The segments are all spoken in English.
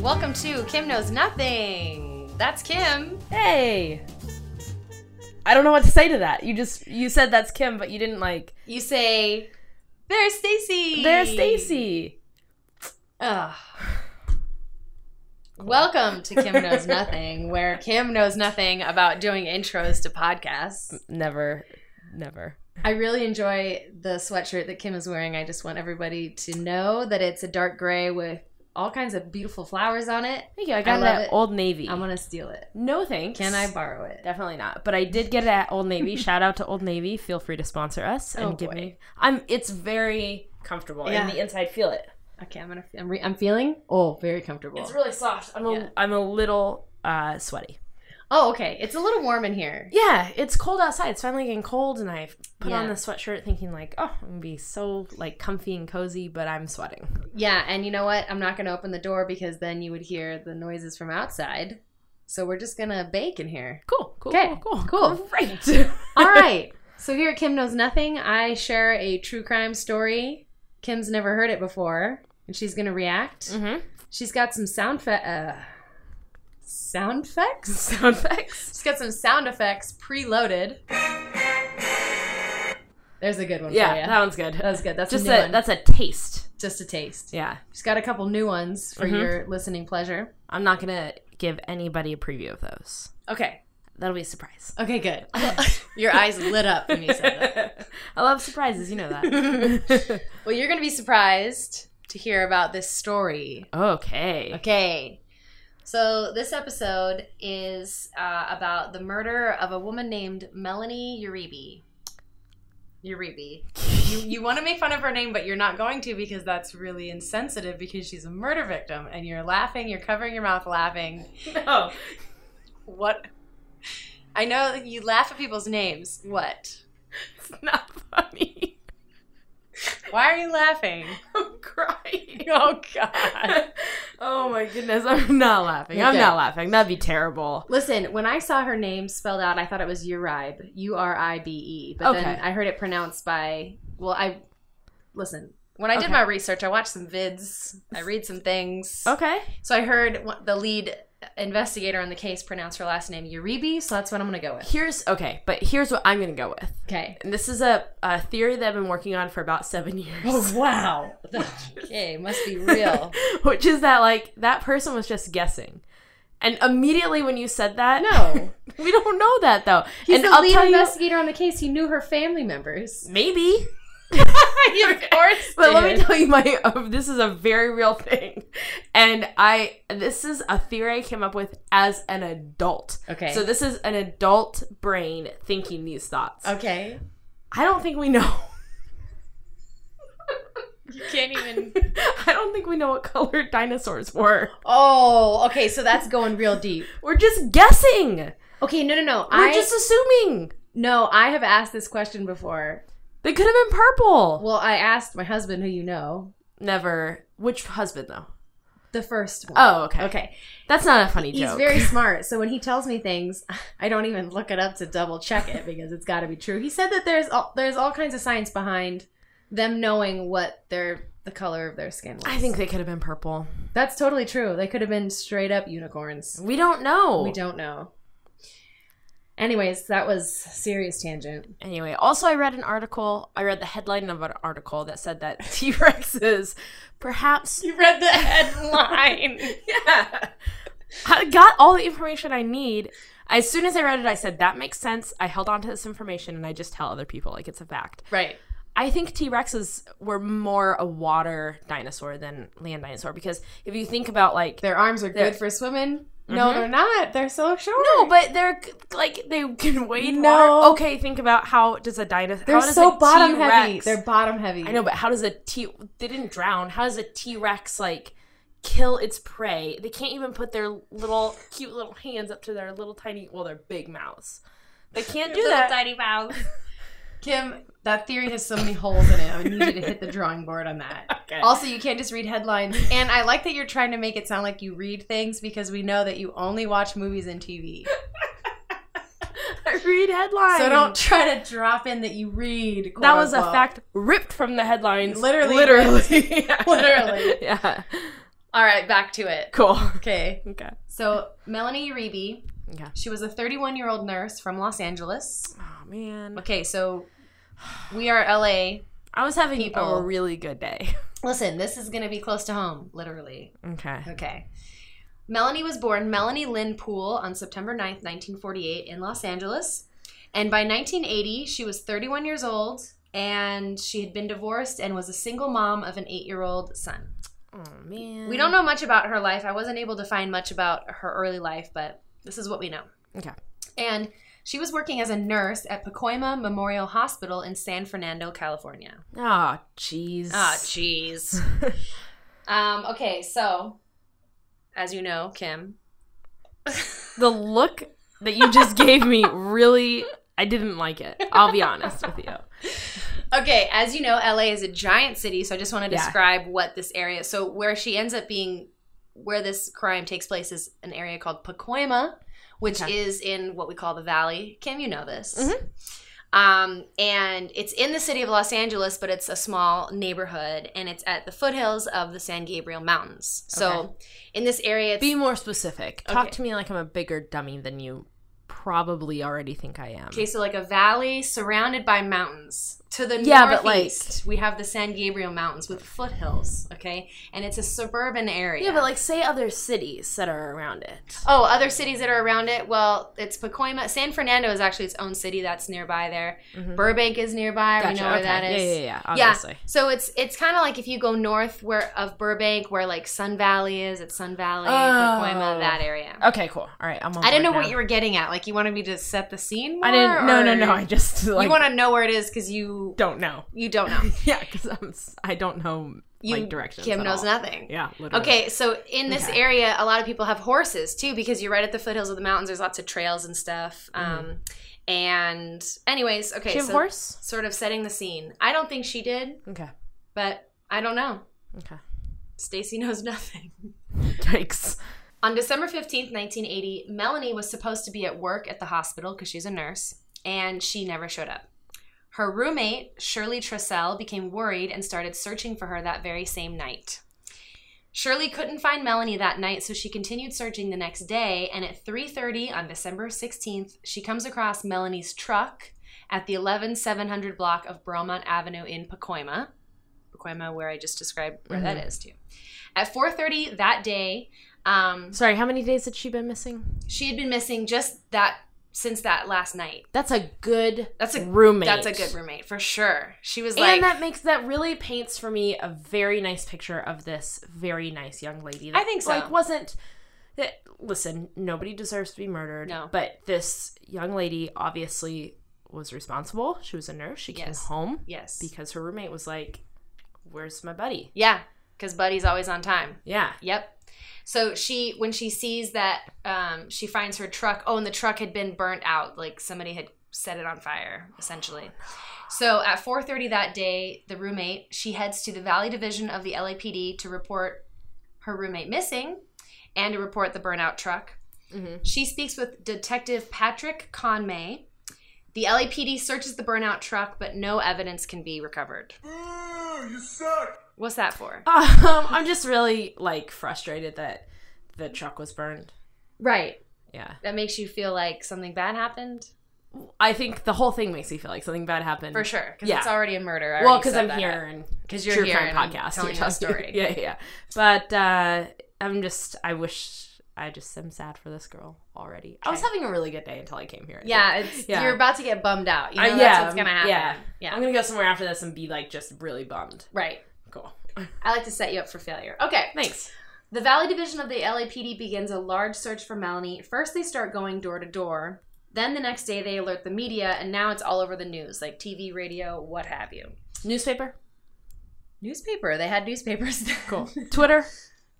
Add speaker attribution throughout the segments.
Speaker 1: Welcome to Kim Knows Nothing. That's Kim.
Speaker 2: Hey. I don't know what to say to that. You just you said that's Kim, but you didn't like
Speaker 1: You say, There's Stacy.
Speaker 2: there's Stacy.
Speaker 1: Ugh. Welcome to Kim Knows Nothing, where Kim knows nothing about doing intros to podcasts.
Speaker 2: Never, never.
Speaker 1: I really enjoy the sweatshirt that Kim is wearing. I just want everybody to know that it's a dark gray with all kinds of beautiful flowers on it.
Speaker 2: Thank you. I got
Speaker 1: I
Speaker 2: it
Speaker 1: love
Speaker 2: at
Speaker 1: it.
Speaker 2: Old Navy.
Speaker 1: I'm gonna steal it.
Speaker 2: no thanks.
Speaker 1: Can I borrow it?
Speaker 2: Definitely not. But I did get it at Old Navy. Shout out to Old Navy. Feel free to sponsor us and
Speaker 1: Oh,
Speaker 2: give
Speaker 1: boy.
Speaker 2: me. I'm. It's very comfortable
Speaker 1: Yeah.
Speaker 2: and the inside. Feel it.
Speaker 1: Okay, I'm gonna. I'm, re- I'm feeling. Oh, very comfortable.
Speaker 2: It's really soft. I'm a.
Speaker 1: Yeah.
Speaker 2: am a little uh, sweaty.
Speaker 1: oh, okay. It's a little warm in here.
Speaker 2: Yeah, it's cold outside. It's finally getting cold, and I put on
Speaker 1: Yeah.
Speaker 2: the sweatshirt thinking like, oh, I'm gonna be so like comfy and cozy, but I'm sweating.
Speaker 1: Yeah, and you know what? I'm not going to open the door because then you would hear the noises from outside. So we're just going to bake in here.
Speaker 2: Cool. Cool.
Speaker 1: Okay,
Speaker 2: Cool.
Speaker 1: cool.
Speaker 2: Great.
Speaker 1: All right. So here at Kim Knows Nothing, I share a true crime story. Kim's never heard it before, and she's going to react.
Speaker 2: Mm-hmm.
Speaker 1: She's got some sound fe- uh, sound effects.
Speaker 2: Sound effects.
Speaker 1: She's got some sound effects preloaded. There's a good one
Speaker 2: Yeah,
Speaker 1: for you.
Speaker 2: that one's good.
Speaker 1: That was good. That's
Speaker 2: Just
Speaker 1: a new
Speaker 2: a,
Speaker 1: one.
Speaker 2: that's a taste.
Speaker 1: just a taste.
Speaker 2: Yeah,
Speaker 1: She's got a couple new ones for
Speaker 2: Mhm.
Speaker 1: your listening pleasure.
Speaker 2: I'm not gonna give anybody a preview of those.
Speaker 1: Okay.
Speaker 2: That'll be a surprise.
Speaker 1: Okay, good. Your eyes lit up when you said
Speaker 2: I love surprises. You know
Speaker 1: that.
Speaker 2: that.
Speaker 1: well, you're going to be surprised to hear about this story.
Speaker 2: okay.
Speaker 1: Okay. So, this episode is uh, about the murder of a woman named Melanie Uribe. Uribe. You, you want to make fun of her name, but you're not going to because that's really insensitive because she's a murder victim and you're laughing, you're covering your mouth laughing.
Speaker 2: No.
Speaker 1: What? I know that you laugh at people's names. What?
Speaker 2: It's not funny.
Speaker 1: Why are you laughing?
Speaker 2: I'm crying.
Speaker 1: Oh god.
Speaker 2: oh my goodness. I'm not laughing. I'm
Speaker 1: Okay.
Speaker 2: not laughing. That'd be terrible.
Speaker 1: Listen, when I saw her name spelled out, I thought it was Uribe, U R I B E. But then
Speaker 2: Okay.
Speaker 1: I heard it pronounced by well, I listen. When I did
Speaker 2: Okay.
Speaker 1: my research, I watched some vids, I read some things.
Speaker 2: Okay.
Speaker 1: So I heard wh- the lead investigator on the case pronounce her last name Uribe, so that's what I'm going to go with.
Speaker 2: Here's okay, but here's what I'm gonna go with.
Speaker 1: Okay.
Speaker 2: And this is a, a theory that I've been working on for about seven years.
Speaker 1: Oh, wow. okay, must be real.
Speaker 2: Which is that like that person was just guessing. And immediately when you said that
Speaker 1: No.
Speaker 2: we don't know that though.
Speaker 1: He's
Speaker 2: and
Speaker 1: the
Speaker 2: I'll
Speaker 1: lead
Speaker 2: tell you
Speaker 1: investigator on the case. He knew her family members.
Speaker 2: maybe.
Speaker 1: of course.
Speaker 2: But let
Speaker 1: did.
Speaker 2: me tell you my uh, this is a very real thing. And I this is a theory I came up with as an adult.
Speaker 1: Okay.
Speaker 2: So this is an adult brain thinking these thoughts.
Speaker 1: Okay.
Speaker 2: I don't think we know.
Speaker 1: You can't even.
Speaker 2: I don't think we know what color dinosaurs were.
Speaker 1: Oh, okay. So that's going real deep.
Speaker 2: We're just guessing. We're
Speaker 1: Okay, no, no, no. I
Speaker 2: just assuming.
Speaker 1: no. I have asked this question before.
Speaker 2: They could have been purple.
Speaker 1: Well, I asked my husband, who you know,
Speaker 2: Never. Which husband though?
Speaker 1: the first one.
Speaker 2: Oh, okay.
Speaker 1: okay.
Speaker 2: That's not a funny
Speaker 1: He's
Speaker 2: joke.
Speaker 1: very smart. So when he tells me things, I don't even look it up to double check it because it's got to be true. He said that there's all, there's all kinds of science behind them knowing what their the color of their skin was.
Speaker 2: I think they could have been purple.
Speaker 1: that's totally true. They could have been straight up unicorns.
Speaker 2: We don't know.
Speaker 1: We don't know. Anyways, that was serious tangent.
Speaker 2: Anyway, also I read an article. I read the headline of an article that said that T Rexes, perhaps.
Speaker 1: You read the headline.
Speaker 2: Yeah. I got all the information I need. As soon as I read it, I said that makes sense. I held on to this information and I just tell other people like it's a fact.
Speaker 1: right.
Speaker 2: I think T Rexes were more a water dinosaur than land dinosaur because if you think about like
Speaker 1: Their arms are
Speaker 2: They're-
Speaker 1: good for swimming. No, they're not. They're so short.
Speaker 2: Mm-hmm. No, but they're like they can wade.
Speaker 1: No.
Speaker 2: water. Okay, think about how does a dinosaur?
Speaker 1: they're
Speaker 2: how does
Speaker 1: so
Speaker 2: a
Speaker 1: bottom heavy.
Speaker 2: T-Rex-
Speaker 1: They're bottom heavy.
Speaker 2: I know, but how does a T? They didn't drown. How does a T Rex like kill its prey? They can't even put their little cute little hands up to their little tiny well, their big mouths. They can't do that.
Speaker 1: tiny mouth. Kim, that theory has so many holes in it. I need you to hit the drawing board on that.
Speaker 2: Okay.
Speaker 1: Also, you can't just read headlines. And I like that you're trying to make it sound like you read things because we know that you only watch movies and TV.
Speaker 2: I read headlines.
Speaker 1: So don't try to drop in that you read. quote,
Speaker 2: That was a
Speaker 1: unquote.
Speaker 2: fact ripped from the headlines.
Speaker 1: Literally.
Speaker 2: Literally. yeah.
Speaker 1: Literally.
Speaker 2: Yeah.
Speaker 1: All right, back to it.
Speaker 2: Cool.
Speaker 1: Okay.
Speaker 2: Okay.
Speaker 1: So, Melanie Uribe,
Speaker 2: Okay.
Speaker 1: she was a 31 year old nurse from Los Angeles.
Speaker 2: Oh man.
Speaker 1: Okay, so we are LA.
Speaker 2: I was having
Speaker 1: People.
Speaker 2: a really good day.
Speaker 1: Listen, this is going to be close to home, literally.
Speaker 2: Okay.
Speaker 1: Okay. Melanie was born Melanie Lynn Poole on September 9th, 1948, in Los Angeles. And by 1980, she was 31 years old and she had been divorced and was a single mom of an eight year old son.
Speaker 2: Oh man.
Speaker 1: We don't know much about her life. I wasn't able to find much about her early life, but this is what we know.
Speaker 2: Okay.
Speaker 1: And she was working as a nurse at Pacoima Memorial Hospital in San Fernando, California.
Speaker 2: Oh jeez.
Speaker 1: Ah, jeez. um, okay, so as you know, Kim.
Speaker 2: the look that you just gave me really I didn't like it. I'll be honest with you.
Speaker 1: Okay, as you know, LA is a giant city, so I just want to
Speaker 2: Yeah.
Speaker 1: describe what this area. So where she ends up being, where this crime takes place is an area called Pacoima, which
Speaker 2: Okay.
Speaker 1: is in what we call the Valley. Kim, you know this.
Speaker 2: Mhm.
Speaker 1: Um, and it's in the city of Los Angeles, but it's a small neighborhood, and it's at the foothills of the San Gabriel Mountains. So in this area, it's
Speaker 2: Be more specific. Talk
Speaker 1: Okay.
Speaker 2: to me like I'm a bigger dummy than you probably already think I am.
Speaker 1: Okay, so like a valley surrounded by mountains. To the
Speaker 2: Yeah, but, like-
Speaker 1: northeast, we have the San Gabriel Mountains with foothills. Okay, and it's a suburban area.
Speaker 2: Yeah, but like say other cities that are around it.
Speaker 1: oh, other cities that are around it. Well, it's Pacoima. San Fernando is actually its own city that's nearby there.
Speaker 2: Mhm.
Speaker 1: Burbank is nearby. We know where
Speaker 2: okay.
Speaker 1: that is.
Speaker 2: Yeah, yeah, yeah.
Speaker 1: Yeah.
Speaker 2: Obviously.
Speaker 1: So it's it's kind of like if you go north where of Burbank, where like Sun Valley is. It's Sun Valley,
Speaker 2: Oh.
Speaker 1: Pacoima, that area.
Speaker 2: Okay, cool. All right, I'm on
Speaker 1: I didn't know what
Speaker 2: board now.
Speaker 1: you were getting at. Like you wanted me to set the scene. More,
Speaker 2: I didn't. No, no,
Speaker 1: or-
Speaker 2: no. I just like
Speaker 1: you want to know where it is because you
Speaker 2: don't know.
Speaker 1: you don't know.
Speaker 2: Yeah, because I'm s- I don't know
Speaker 1: you
Speaker 2: like directions.
Speaker 1: Kim
Speaker 2: at
Speaker 1: knows
Speaker 2: all.
Speaker 1: nothing.
Speaker 2: Yeah. Literally.
Speaker 1: Okay, so in this
Speaker 2: Okay.
Speaker 1: area, a lot of people have horses too because you're right at the foothills of the mountains. There's lots of trails and stuff. Um, and anyways, okay,
Speaker 2: Mm-hmm. She have
Speaker 1: so
Speaker 2: horse.
Speaker 1: sort of setting the scene. I don't think she did,
Speaker 2: Okay.
Speaker 1: but I don't know.
Speaker 2: Okay.
Speaker 1: Stacy knows nothing.
Speaker 2: Yikes.
Speaker 1: On December 15th, 1980, Melanie was supposed to be at work at the hospital because she's a nurse, and she never showed up. Her roommate, Shirley Trussell, became worried and started searching for her that very same night. Shirley couldn't find Melanie that night, so she continued searching the next day, and at 3:30 on December 16th, she comes across Melanie's truck at the 11700 block of Bromont Avenue in Pacoima. Pacoima where I just described where that is to. you. At 4:30 that day, um,
Speaker 2: Sorry. How many days had she been missing?
Speaker 1: she had been missing just that since that last night.
Speaker 2: That's a good.
Speaker 1: That's a
Speaker 2: roommate.
Speaker 1: that's a good roommate for sure. She was like,
Speaker 2: and that makes that really paints for me a very nice picture of this very nice young lady. That,
Speaker 1: I think so.
Speaker 2: Like wasn't that listen, nobody deserves to be murdered.
Speaker 1: No.
Speaker 2: But this young lady obviously was responsible. She was a nurse. She came
Speaker 1: Yes.
Speaker 2: home
Speaker 1: yes,
Speaker 2: because her roommate was like, Where's my buddy?
Speaker 1: yeah, because Buddy's always on time.
Speaker 2: Yeah.
Speaker 1: Yep. So she, when she sees that, um, she finds her truck. Oh, and the truck had been burnt out. Like somebody had set it on fire, essentially. So at 4:30 that day, the roommate she heads to the Valley Division of the LAPD to report her roommate missing, and to report the burnout truck.
Speaker 2: Mm-hmm.
Speaker 1: She speaks with Detective Patrick Conmay. The LAPD searches the burnout truck, but no evidence can be recovered.
Speaker 3: Ooh, you suck!
Speaker 1: What's that for?
Speaker 2: Um, I'm just really like frustrated that the truck was burned.
Speaker 1: Right.
Speaker 2: Yeah.
Speaker 1: That makes you feel like something bad happened?
Speaker 2: I think the whole thing makes me feel like something bad happened.
Speaker 1: For sure. Because
Speaker 2: Yeah.
Speaker 1: it's already a murder.
Speaker 2: Well, because I'm here and
Speaker 1: Because you're
Speaker 2: True
Speaker 1: here.
Speaker 2: crime
Speaker 1: and I'm
Speaker 2: podcast.
Speaker 1: Telling
Speaker 2: You're
Speaker 1: you a
Speaker 2: talking-
Speaker 1: story.
Speaker 2: yeah, yeah, yeah. But uh, I'm just. I wish. I just am sad for this girl already. I was
Speaker 1: Okay.
Speaker 2: having a really good day until I came here. I
Speaker 1: Yeah, it's,
Speaker 2: Yeah.
Speaker 1: you're about to get bummed out. You know,
Speaker 2: Uh,
Speaker 1: that's
Speaker 2: yeah,
Speaker 1: what's going to happen.
Speaker 2: yeah.
Speaker 1: yeah.
Speaker 2: think. I'm gonna go somewhere after this and be like just really bummed.
Speaker 1: Right.
Speaker 2: Cool.
Speaker 1: I like to set you up for failure. Okay.
Speaker 2: Thanks.
Speaker 1: The Valley Division of the LAPD begins a large search for Melanie. First, they start going door to door. Then, the next day, they alert the media, and now it's all over the news like TV, radio, what have you.
Speaker 2: Newspaper.
Speaker 1: Newspaper. They had newspapers. then.
Speaker 2: Cool. Twitter.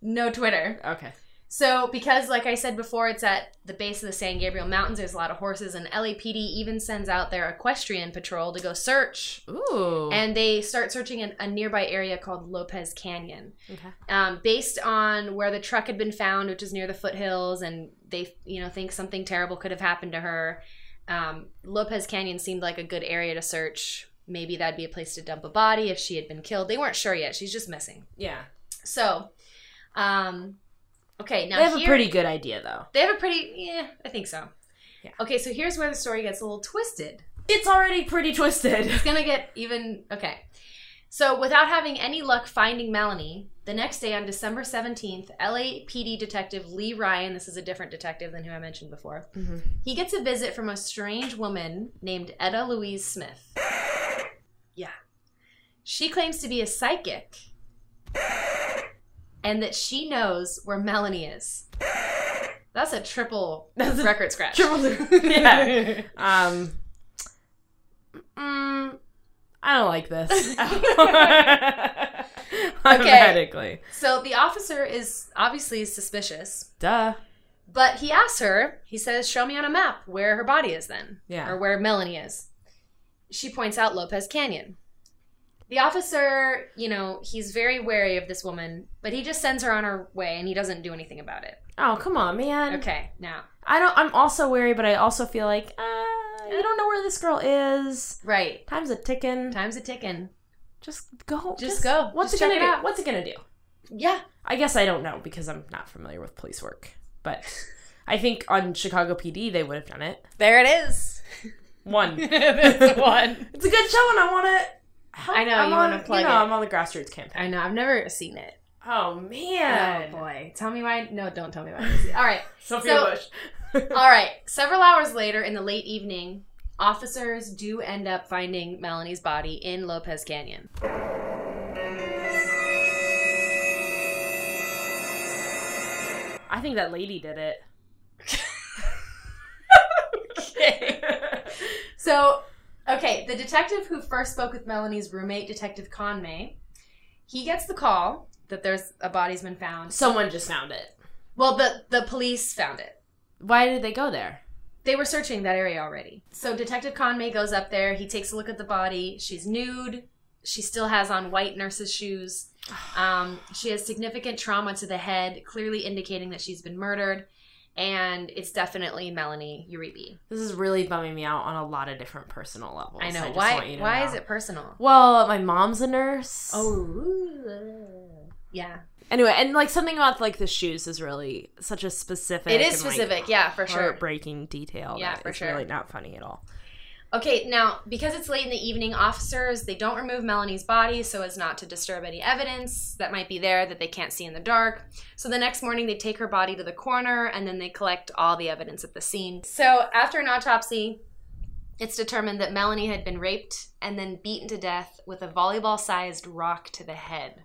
Speaker 1: no Twitter.
Speaker 2: Okay.
Speaker 1: So, because, like I said before, it's at the base of the San Gabriel Mountains, there's a lot of horses, and LAPD even sends out their equestrian patrol to go search.
Speaker 2: Ooh.
Speaker 1: And they start searching in a nearby area called Lopez Canyon.
Speaker 2: okay.
Speaker 1: um, based on where the truck had been found, which is near the foothills, and they you know think something terrible could have happened to her. Um, Lopez Canyon seemed like a good area to search. Maybe that'd be a place to dump a body if she had been killed. They weren't sure yet. She's just missing.
Speaker 2: Yeah.
Speaker 1: So Um, okay, now
Speaker 2: they have
Speaker 1: here,
Speaker 2: a pretty good idea though.
Speaker 1: They have a pretty. Yeah, I think so.
Speaker 2: Yeah.
Speaker 1: Okay, so here's where the story gets a little twisted.
Speaker 2: It's already pretty twisted.
Speaker 1: It's gonna get even okay. So without having any luck finding Melanie, the next day on December 17th, LAPD detective Lee Ryan, this is a different detective than who I mentioned before,
Speaker 2: Mhm.
Speaker 1: he gets a visit from a strange woman named Etta Louise Smith. Yeah. She claims to be a psychic and that she knows where Melanie is. That's a triple
Speaker 2: That's a
Speaker 1: record scratch.
Speaker 2: yeah. Um. mm, I don't like this. Automatically.
Speaker 1: So the officer is obviously suspicious.
Speaker 2: Duh.
Speaker 1: But he asks her, he says, Show me on a map where her body is then,
Speaker 2: Yeah.
Speaker 1: or where Melanie is. She points out Lopez Canyon. The officer, you know, he's very wary of this woman, but he just sends her on her way and he doesn't do anything about it.
Speaker 2: Oh come on, man.
Speaker 1: Okay, now.
Speaker 2: I don't. I'm also wary, but I also feel like uh, you don't know where this girl is.
Speaker 1: Right.
Speaker 2: Time's a ticking.
Speaker 1: Time's a ticking.
Speaker 2: Just go.
Speaker 1: Just go.
Speaker 2: What's
Speaker 1: Just
Speaker 2: it
Speaker 1: check
Speaker 2: gonna
Speaker 1: it
Speaker 2: do?
Speaker 1: out.
Speaker 2: What's it gonna do?
Speaker 1: Yeah.
Speaker 2: I guess I don't know because I'm not familiar with police work, but I think on Chicago PD they would have done it.
Speaker 1: There it is.
Speaker 2: One.
Speaker 1: That's one.
Speaker 2: It's a good show, and I want to. Help.
Speaker 1: I know,
Speaker 2: I'm
Speaker 1: you
Speaker 2: on,
Speaker 1: wanna plug
Speaker 2: you know,
Speaker 1: it.
Speaker 2: I'm on the grassroots campaign.
Speaker 1: I know, I've never seen it.
Speaker 2: Oh man,
Speaker 1: Oh boy. Tell me why no, don't tell me why. I didn't see it. All right.
Speaker 2: Sophia
Speaker 1: So-
Speaker 2: Bush.
Speaker 1: All right. Several hours later in the late evening, officers do end up finding Melanie's body in Lopez Canyon.
Speaker 2: I think that lady did it.
Speaker 1: So, okay, the detective who first spoke with Melanie's roommate, Detective Conway, he gets the call that there's a body's been found.
Speaker 2: Someone just found it.
Speaker 1: Well, the the police found it.
Speaker 2: Why did they go there?
Speaker 1: They were searching that area already. So Detective Conway goes up there. He takes a look at the body. She's nude. She still has on white nurse's shoes. Um, she has significant trauma to the head, clearly indicating that she's been murdered. And it's definitely Melanie Uribe.
Speaker 2: This is really bumming me out on a lot of different personal levels.
Speaker 1: I know.
Speaker 2: just want
Speaker 1: why
Speaker 2: you to
Speaker 1: why
Speaker 2: know.
Speaker 1: is it personal?
Speaker 2: Well, my mom's a nurse.
Speaker 1: Oh, yeah.
Speaker 2: Anyway, and like something about like the shoes is really such a specific.
Speaker 1: It is
Speaker 2: and, like,
Speaker 1: specific. yeah, for sure.
Speaker 2: Heartbreaking detail.
Speaker 1: Yeah,
Speaker 2: that
Speaker 1: for
Speaker 2: is
Speaker 1: sure.
Speaker 2: Really not funny at all.
Speaker 1: Okay, now because it's late in the evening, officers they don't remove Melanie's body so as not to disturb any evidence that might be there that they can't see in the dark. So the next morning they take her body to the coroner and then they collect all the evidence at the scene. So after an autopsy, it's determined that Melanie had been raped and then beaten to death with a volleyball-sized rock to the head.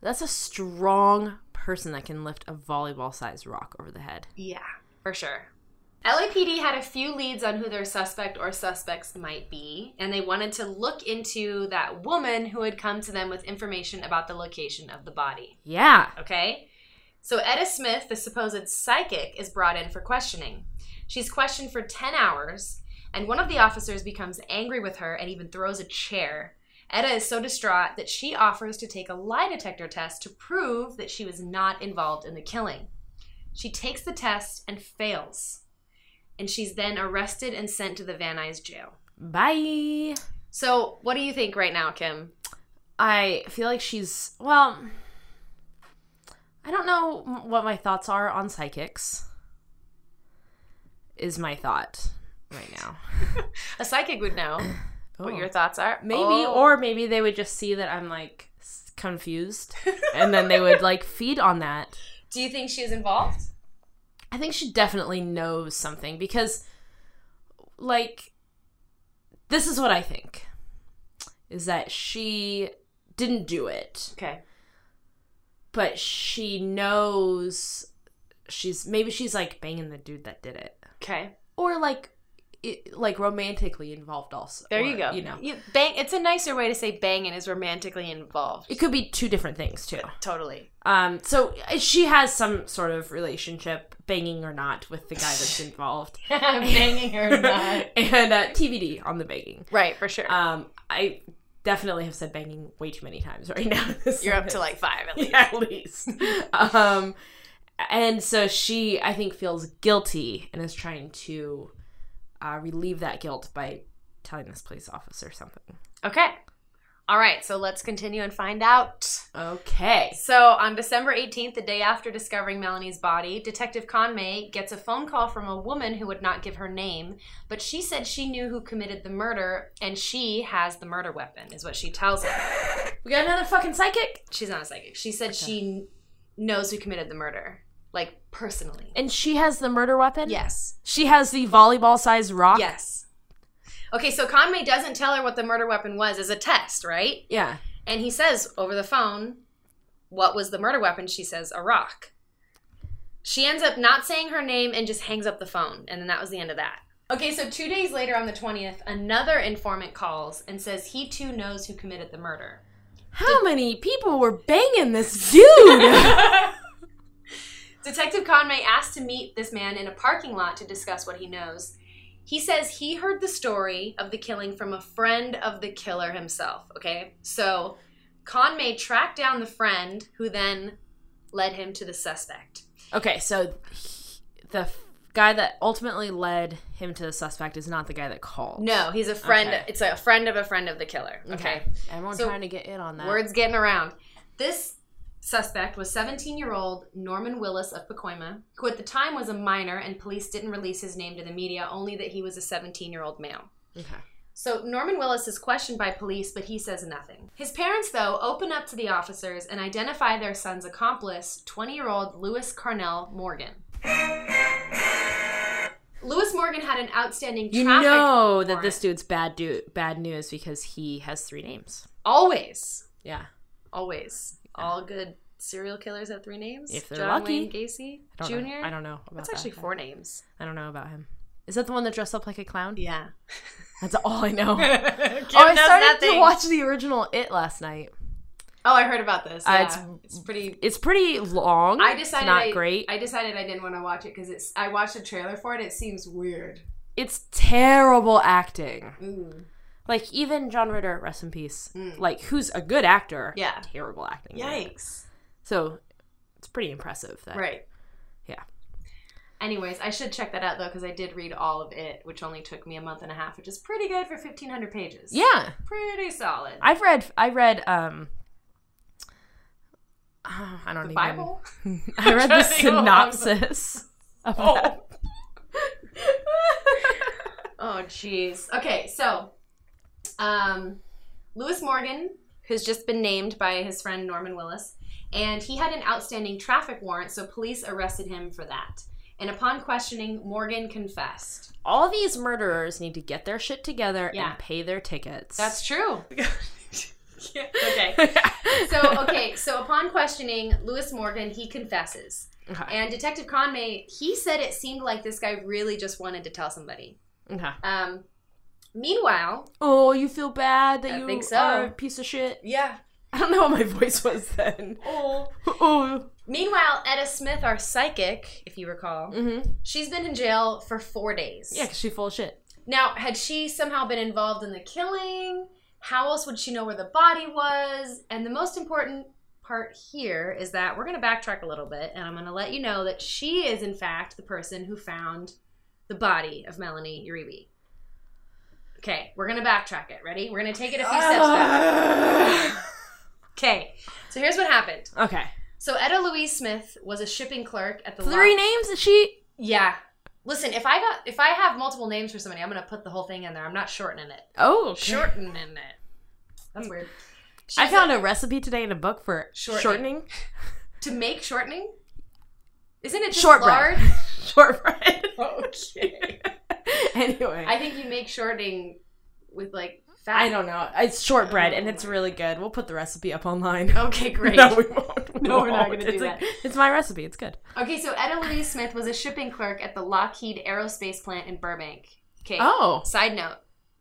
Speaker 2: That's a strong person that can lift a volleyball-sized rock over the head.
Speaker 1: Yeah, for sure. LAPD had a few leads on who their suspect or suspects might be, and they wanted to look into that woman who had come to them with information about the location of the body.
Speaker 2: Yeah.
Speaker 1: Okay? So, Etta Smith, the supposed psychic, is brought in for questioning. She's questioned for 10 hours, and one of the officers becomes angry with her and even throws a chair. Etta is so distraught that she offers to take a lie detector test to prove that she was not involved in the killing. She takes the test and fails, and she's then arrested and sent to the Van Nuys jail.
Speaker 2: Bye.
Speaker 1: So, what do you think right now, Kim?
Speaker 2: I feel like she's well. I don't know m- what my thoughts are on psychics. Is my thought right now.
Speaker 1: A psychic would know
Speaker 2: Oh.
Speaker 1: what your thoughts are.
Speaker 2: Maybe,
Speaker 1: Oh.
Speaker 2: or maybe they would just see that I'm like s- confused, and then they would like feed on that.
Speaker 1: do you think she was involved?
Speaker 2: I think she definitely knows something because, like, this is what I think: is that she didn't do it.
Speaker 1: Okay.
Speaker 2: but she knows she's maybe she's like banging the dude that did it
Speaker 1: Okay.
Speaker 2: or like it, like romantically involved also
Speaker 1: There you
Speaker 2: or,
Speaker 1: go.
Speaker 2: you know
Speaker 1: bang. It's a nicer way to say banging is romantically involved.
Speaker 2: it could be two different things too
Speaker 1: Totally.
Speaker 2: um so she has some sort of relationship banging or not with the guy that's involved
Speaker 1: banging or not.
Speaker 2: and uh, tbd on the banging
Speaker 1: Right, for sure.
Speaker 2: um i definitely have said banging way too many times right now this
Speaker 1: You're up to
Speaker 2: sentence.
Speaker 1: like five at least.
Speaker 2: Yeah, at least. um, and so she, I think, feels guilty and is trying to uh, relieve that guilt by telling this police officer something.
Speaker 1: Okay. All right, so let's continue and find out.
Speaker 2: Okay.
Speaker 1: So on December 18th, the day after discovering Melanie's body, Detective Conway gets a phone call from a woman who would not give her name, but she said she knew who committed the murder and she has the murder weapon, is what she tells him.
Speaker 2: We got another fucking psychic,
Speaker 1: She's not a psychic. She said she kn- knows who committed the murder, like personally.
Speaker 2: and she has the murder weapon.
Speaker 1: Yes.
Speaker 2: She has the volleyball-sized rock.
Speaker 1: Yes. Okay, so Conway doesn't tell her what the murder weapon was as a test, right?
Speaker 2: Yeah.
Speaker 1: And he says over the phone, What was the murder weapon? She says, A rock. She ends up not saying her name and just hangs up the phone. And then that was the end of that. Okay, so two days later on the 20th, another informant calls and says he too knows who committed the murder.
Speaker 2: How many people were banging this dude?
Speaker 1: Detective Conway asked to meet this man in a parking lot to discuss what he knows. He says he heard the story of the killing from a friend of the killer himself. Okay, so Conway tracked down the friend, who then led him to the suspect.
Speaker 2: okay, so he- the f- guy that ultimately led him to the suspect is not the guy that called.
Speaker 1: No, he's a friend.
Speaker 2: Okay.
Speaker 1: It's a friend of a friend of the killer.
Speaker 2: Okay.
Speaker 1: Okay,
Speaker 2: Everyone's
Speaker 1: So-
Speaker 2: trying to get in on that.
Speaker 1: words getting around. This suspect was 17-year-old Norman Willis of Pacoima, who at the time was a minor, and police didn't release his name to the media, only that he was a 17-year-old male.
Speaker 2: Okay.
Speaker 1: So Norman Willis is questioned by police, but he says nothing. His parents, though, open up to the officers and identify their son's accomplice, 20 year old Lewis Carnell Morgan. Lewis Morgan had an outstanding
Speaker 2: You
Speaker 1: traffic
Speaker 2: know that this
Speaker 1: warrant.
Speaker 2: dude's bad dude bad news because he has three names.
Speaker 1: always,
Speaker 2: Yeah.
Speaker 1: always, all good serial killers have three names.
Speaker 2: If they're
Speaker 1: John
Speaker 2: lucky.
Speaker 1: Wayne Gacy
Speaker 2: I don't
Speaker 1: Jr.
Speaker 2: Know. I don't know about
Speaker 1: That's
Speaker 2: that.
Speaker 1: actually four names.
Speaker 2: I don't know about him. Is that the one that dressed up like a clown?
Speaker 1: Yeah.
Speaker 2: That's all I know.
Speaker 1: oh,
Speaker 2: oh,
Speaker 1: I
Speaker 2: I started to watch the original It last night.
Speaker 1: Oh, I heard about this.
Speaker 2: Uh,
Speaker 1: Yeah.
Speaker 2: it's-
Speaker 1: it's pretty
Speaker 2: It's pretty long.
Speaker 1: I
Speaker 2: It's
Speaker 1: decided
Speaker 2: not
Speaker 1: I,
Speaker 2: great.
Speaker 1: I decided I didn't want to watch it because it's. I watched a trailer for it. It seems weird.
Speaker 2: it's terrible acting.
Speaker 1: Ooh.
Speaker 2: Like even John Ritter, rest in peace.
Speaker 1: Mm.
Speaker 2: Like who's a good actor?
Speaker 1: Yeah.
Speaker 2: Terrible acting.
Speaker 1: Yikes.
Speaker 2: So it's pretty impressive that
Speaker 1: Right.
Speaker 2: Yeah.
Speaker 1: Anyways, I should check that out though because I did read all of it, which only took me a month and a half, which is pretty good for fifteen hundred pages.
Speaker 2: Yeah.
Speaker 1: Pretty solid.
Speaker 2: I've read I read um uh, I don't
Speaker 1: the
Speaker 2: even
Speaker 1: Bible.
Speaker 2: I read the
Speaker 1: Trying to go along.
Speaker 2: synopsis. Of that.
Speaker 1: Oh. oh jeez. Okay, so um Lewis Morgan, who's just been named by his friend Norman Willis, and he had an outstanding traffic warrant, so police arrested him for that. And upon questioning, Morgan confessed.
Speaker 2: All these murderers need to get their shit together
Speaker 1: Yeah.
Speaker 2: and pay their tickets.
Speaker 1: That's true. Okay. So, okay, so upon questioning, Lewis Morgan, he confesses.
Speaker 2: okay.
Speaker 1: And Detective Conway, he said it seemed like this guy really just wanted to tell somebody.
Speaker 2: Okay.
Speaker 1: Um, meanwhile,
Speaker 2: Oh, you feel bad that
Speaker 1: I
Speaker 2: you
Speaker 1: think so.
Speaker 2: are a piece of shit.
Speaker 1: yeah.
Speaker 2: I don't know what my voice was then.
Speaker 1: Oh.
Speaker 2: oh.
Speaker 1: Meanwhile, Etta Smith, our psychic, if you recall,
Speaker 2: Mm-hmm.
Speaker 1: she's been in jail for four days.
Speaker 2: Yeah, 'cause she full of shit.
Speaker 1: Now, had she somehow been involved in the killing? How else would she know where the body was? And the most important part here is that we're going to backtrack a little bit, and I'm going to let you know that she is, in fact, the person who found the body of Melanie Uribe. Okay, we're going to backtrack it. Ready? We're going to take it a few steps
Speaker 2: Ah.
Speaker 1: back. Okay, so here's what happened.
Speaker 2: okay.
Speaker 1: So Etta Louise Smith was a shipping clerk at the
Speaker 2: Three
Speaker 1: law-
Speaker 2: names that she.
Speaker 1: Yeah. Listen, if I got if I have multiple names for somebody, I'm gonna put the whole thing in there. I'm not shortening it.
Speaker 2: Oh, okay.
Speaker 1: Shortening it. That's weird.
Speaker 2: I found a recipe today in a book for
Speaker 1: Shortening.
Speaker 2: shortening
Speaker 1: to make shortening. Isn't it just lard?
Speaker 2: Shortbread. shortbread.
Speaker 1: Okay.
Speaker 2: anyway,
Speaker 1: I think you make shortening with like fat.
Speaker 2: I don't know. It's shortbread and it's really good. We'll put the recipe up online.
Speaker 1: Okay, Oh, great.
Speaker 2: No, we won't.
Speaker 1: No, we're not
Speaker 2: won't.
Speaker 1: gonna
Speaker 2: it's
Speaker 1: do
Speaker 2: like- It's my recipe. It's good.
Speaker 1: Okay, so Etta Louise Smith was a shipping clerk at the Lockheed Aerospace plant in Burbank. Okay.
Speaker 2: Oh,
Speaker 1: Side note.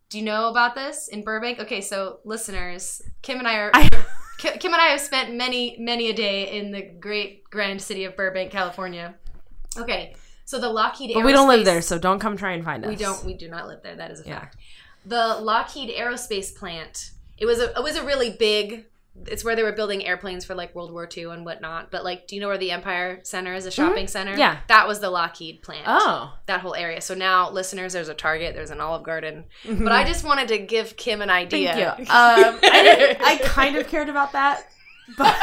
Speaker 1: Do you know about this in Burbank? Okay, so listeners, Kim and I are
Speaker 2: I,
Speaker 1: Ki- Kim and I have spent many, many a day in the great grand city of Burbank, California. Okay, so the Lockheed.
Speaker 2: but we don't live
Speaker 1: Aerospace-
Speaker 2: there, so don't come try and find us.
Speaker 1: We don't. We do not live there. That is a
Speaker 2: Yeah.
Speaker 1: fact. The Lockheed Aerospace plant. It was a. It was a really big It's where they were building airplanes for like World War II and whatnot. But like, do you know where the Empire Center is? A shopping center.
Speaker 2: Mm-hmm. Yeah.
Speaker 1: that was the Lockheed plant.
Speaker 2: Oh.
Speaker 1: that whole area. So now, listeners, there's a Target, there's an Olive Garden. But I just wanted to give Kim an
Speaker 2: Mm-hmm. Thank
Speaker 1: idea.
Speaker 2: you. Um, I, didn't- I kind of cared about that, but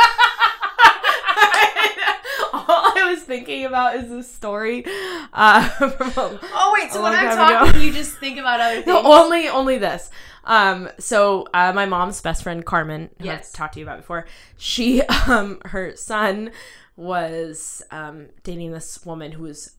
Speaker 2: all I was thinking about is this story. Uh, from-
Speaker 1: Oh wait,
Speaker 2: A
Speaker 1: so when
Speaker 2: long
Speaker 1: I'm
Speaker 2: time
Speaker 1: talking, you just think about other things.
Speaker 2: no, only only this. Um, so uh, my mom's best friend Carmen, who
Speaker 1: Yes.
Speaker 2: I've talked to you about before, she um her son was um dating this woman who was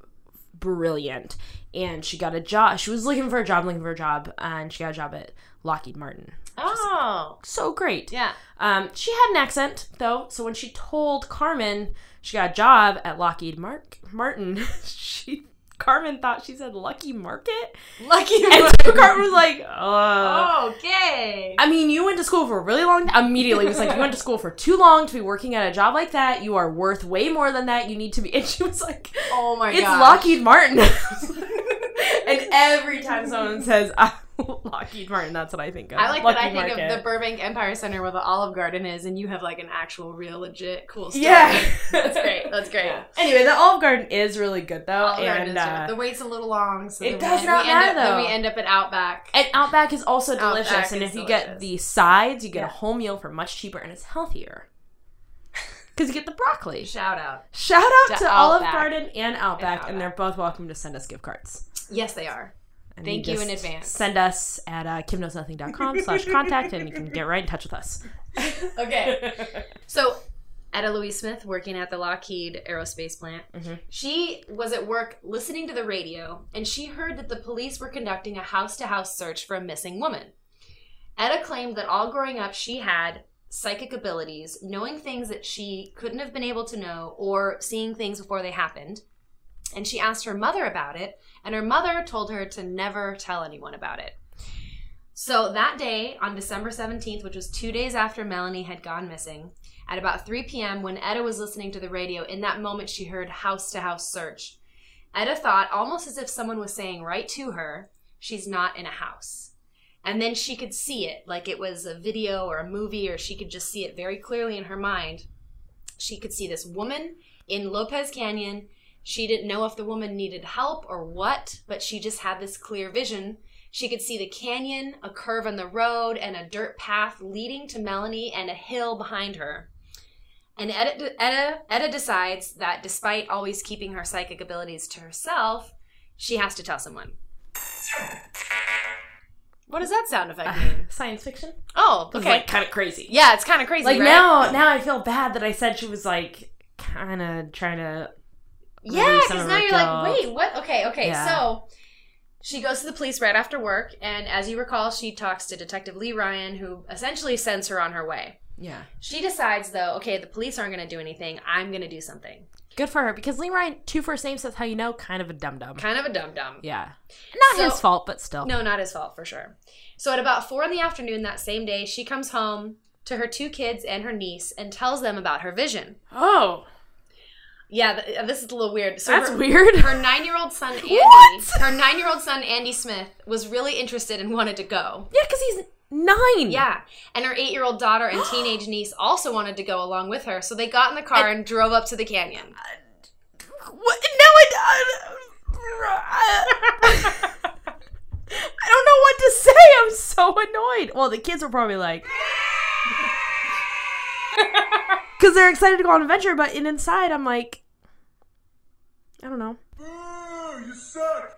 Speaker 2: brilliant, and she got a job. She was looking for a job, looking for a job, and she got a job at Lockheed Martin.
Speaker 1: oh,
Speaker 2: So great.
Speaker 1: yeah.
Speaker 2: Um, she had an accent though, so when she told Carmen she got a job at Lockheed Mark Martin, she Carmen thought she said Lucky Market,
Speaker 1: Lucky.
Speaker 2: and so Carmen was like, "Uh."
Speaker 1: okay.
Speaker 2: I mean, you went to school for a really long. Immediately was like, "You went to school for too long to be working at a job like that. You are worth way more than that. You need to be." And she was like,
Speaker 1: Oh my
Speaker 2: "It's
Speaker 1: gosh.
Speaker 2: Lockheed Martin." and every time someone says uh, Lockheed Martin, that's what I think of.
Speaker 1: I like that I
Speaker 2: Lucky
Speaker 1: think
Speaker 2: Market.
Speaker 1: of the Burbank Empire Center where the Olive Garden is, and you have like an actual, real, legit, cool story.
Speaker 2: Yeah,
Speaker 1: that's great. That's great.
Speaker 2: Yeah. Anyway, the Olive Garden is really good though,
Speaker 1: Olive Garden
Speaker 2: and
Speaker 1: is good.
Speaker 2: uh,
Speaker 1: the wait's a little long, so
Speaker 2: it
Speaker 1: then
Speaker 2: does
Speaker 1: we,
Speaker 2: not
Speaker 1: we end
Speaker 2: matter,
Speaker 1: up, Then
Speaker 2: though.
Speaker 1: we end up at Outback.
Speaker 2: and Outback is also
Speaker 1: Outback
Speaker 2: delicious. and
Speaker 1: is
Speaker 2: if you get
Speaker 1: delicious.
Speaker 2: the sides, you get a
Speaker 1: Yeah.
Speaker 2: whole meal for much cheaper, and it's healthier because you get the broccoli.
Speaker 1: Shout out.
Speaker 2: Shout out
Speaker 1: To
Speaker 2: to, Olive
Speaker 1: Outback.
Speaker 2: Garden and Outback, and,
Speaker 1: Outback.
Speaker 2: they're both welcome to send us gift cards.
Speaker 1: Yes, they are.
Speaker 2: And
Speaker 1: Thank you in
Speaker 2: just
Speaker 1: advance.
Speaker 2: Send us at uh, kimknowsnothing.com slash contact, and you can get right in touch with us. Uh,
Speaker 1: Okay. So, Etta Louise Smith, working at the Lockheed Aerospace plant,
Speaker 2: Mhm.
Speaker 1: she was at work listening to the radio and she heard that the police were conducting a house to house search for a missing woman. Etta claimed that all growing up, she had psychic abilities, knowing things that she couldn't have been able to know or seeing things before they happened. And she asked her mother about it, and her mother told her to never tell anyone about it. So that day, on December 17th, which was two days after Melanie had gone missing, at about 3 p.m., when Etta was listening to the radio, in that moment she heard house to house search. Etta thought, almost as if someone was saying right to her, she's not in a house. And then she could see it, like it was a video or a movie, or she could just see it very clearly in her mind. She could see this woman in Lopez Canyon. She didn't know if the woman needed help or what, but she just had this clear vision she could see the canyon, a curve in the road, and a dirt path leading to Melanie and a hill behind her. And Etta, Etta, Etta decides that despite always keeping her psychic abilities to herself, she has to tell someone. What does that sound effect mean?
Speaker 2: Science fiction.
Speaker 1: Oh,
Speaker 2: It's
Speaker 1: okay.
Speaker 2: like kind of crazy.
Speaker 1: yeah, it's kind of crazy.
Speaker 2: Like
Speaker 1: right?
Speaker 2: now, now I feel bad that I said she was like kind of trying to
Speaker 1: Yeah,
Speaker 2: Maybe some
Speaker 1: because
Speaker 2: of
Speaker 1: now
Speaker 2: it
Speaker 1: you're
Speaker 2: don't.
Speaker 1: like, wait, what? Okay, okay.
Speaker 2: Yeah.
Speaker 1: So she goes to the police right after work, and as you recall, she talks to Detective Lee Ryan, who essentially sends her on her way.
Speaker 2: yeah.
Speaker 1: She decides, though, okay, the police aren't going to do anything. I'm going to do something.
Speaker 2: Good for her because Lee Ryan, two first names, that's how you know, kind of a dum dum.
Speaker 1: Kind of a dum dum.
Speaker 2: Yeah. Not
Speaker 1: So-
Speaker 2: his fault, but still.
Speaker 1: No, not his fault for sure. So at about four in the afternoon that same day, she comes home to her two kids and her niece and tells them about her vision.
Speaker 2: Oh,
Speaker 1: Yeah, th- uh, this is a little weird. So
Speaker 2: that's
Speaker 1: her-
Speaker 2: weird.
Speaker 1: Her nine-year-old son Andy,
Speaker 2: What?
Speaker 1: her nine-year-old son Andy Smith, was really interested and wanted to go.
Speaker 2: yeah, because he's nine.
Speaker 1: Yeah, and her eight-year-old daughter and teenage niece also wanted to go along with her. So they got in the car and drove up to the canyon.
Speaker 2: What? No, I, I, I don't know what to say. I'm so annoyed. Well, the kids were probably like. Because they're excited to go on an adventure, but in inside, I'm like. I don't know.
Speaker 3: Boo! You suck!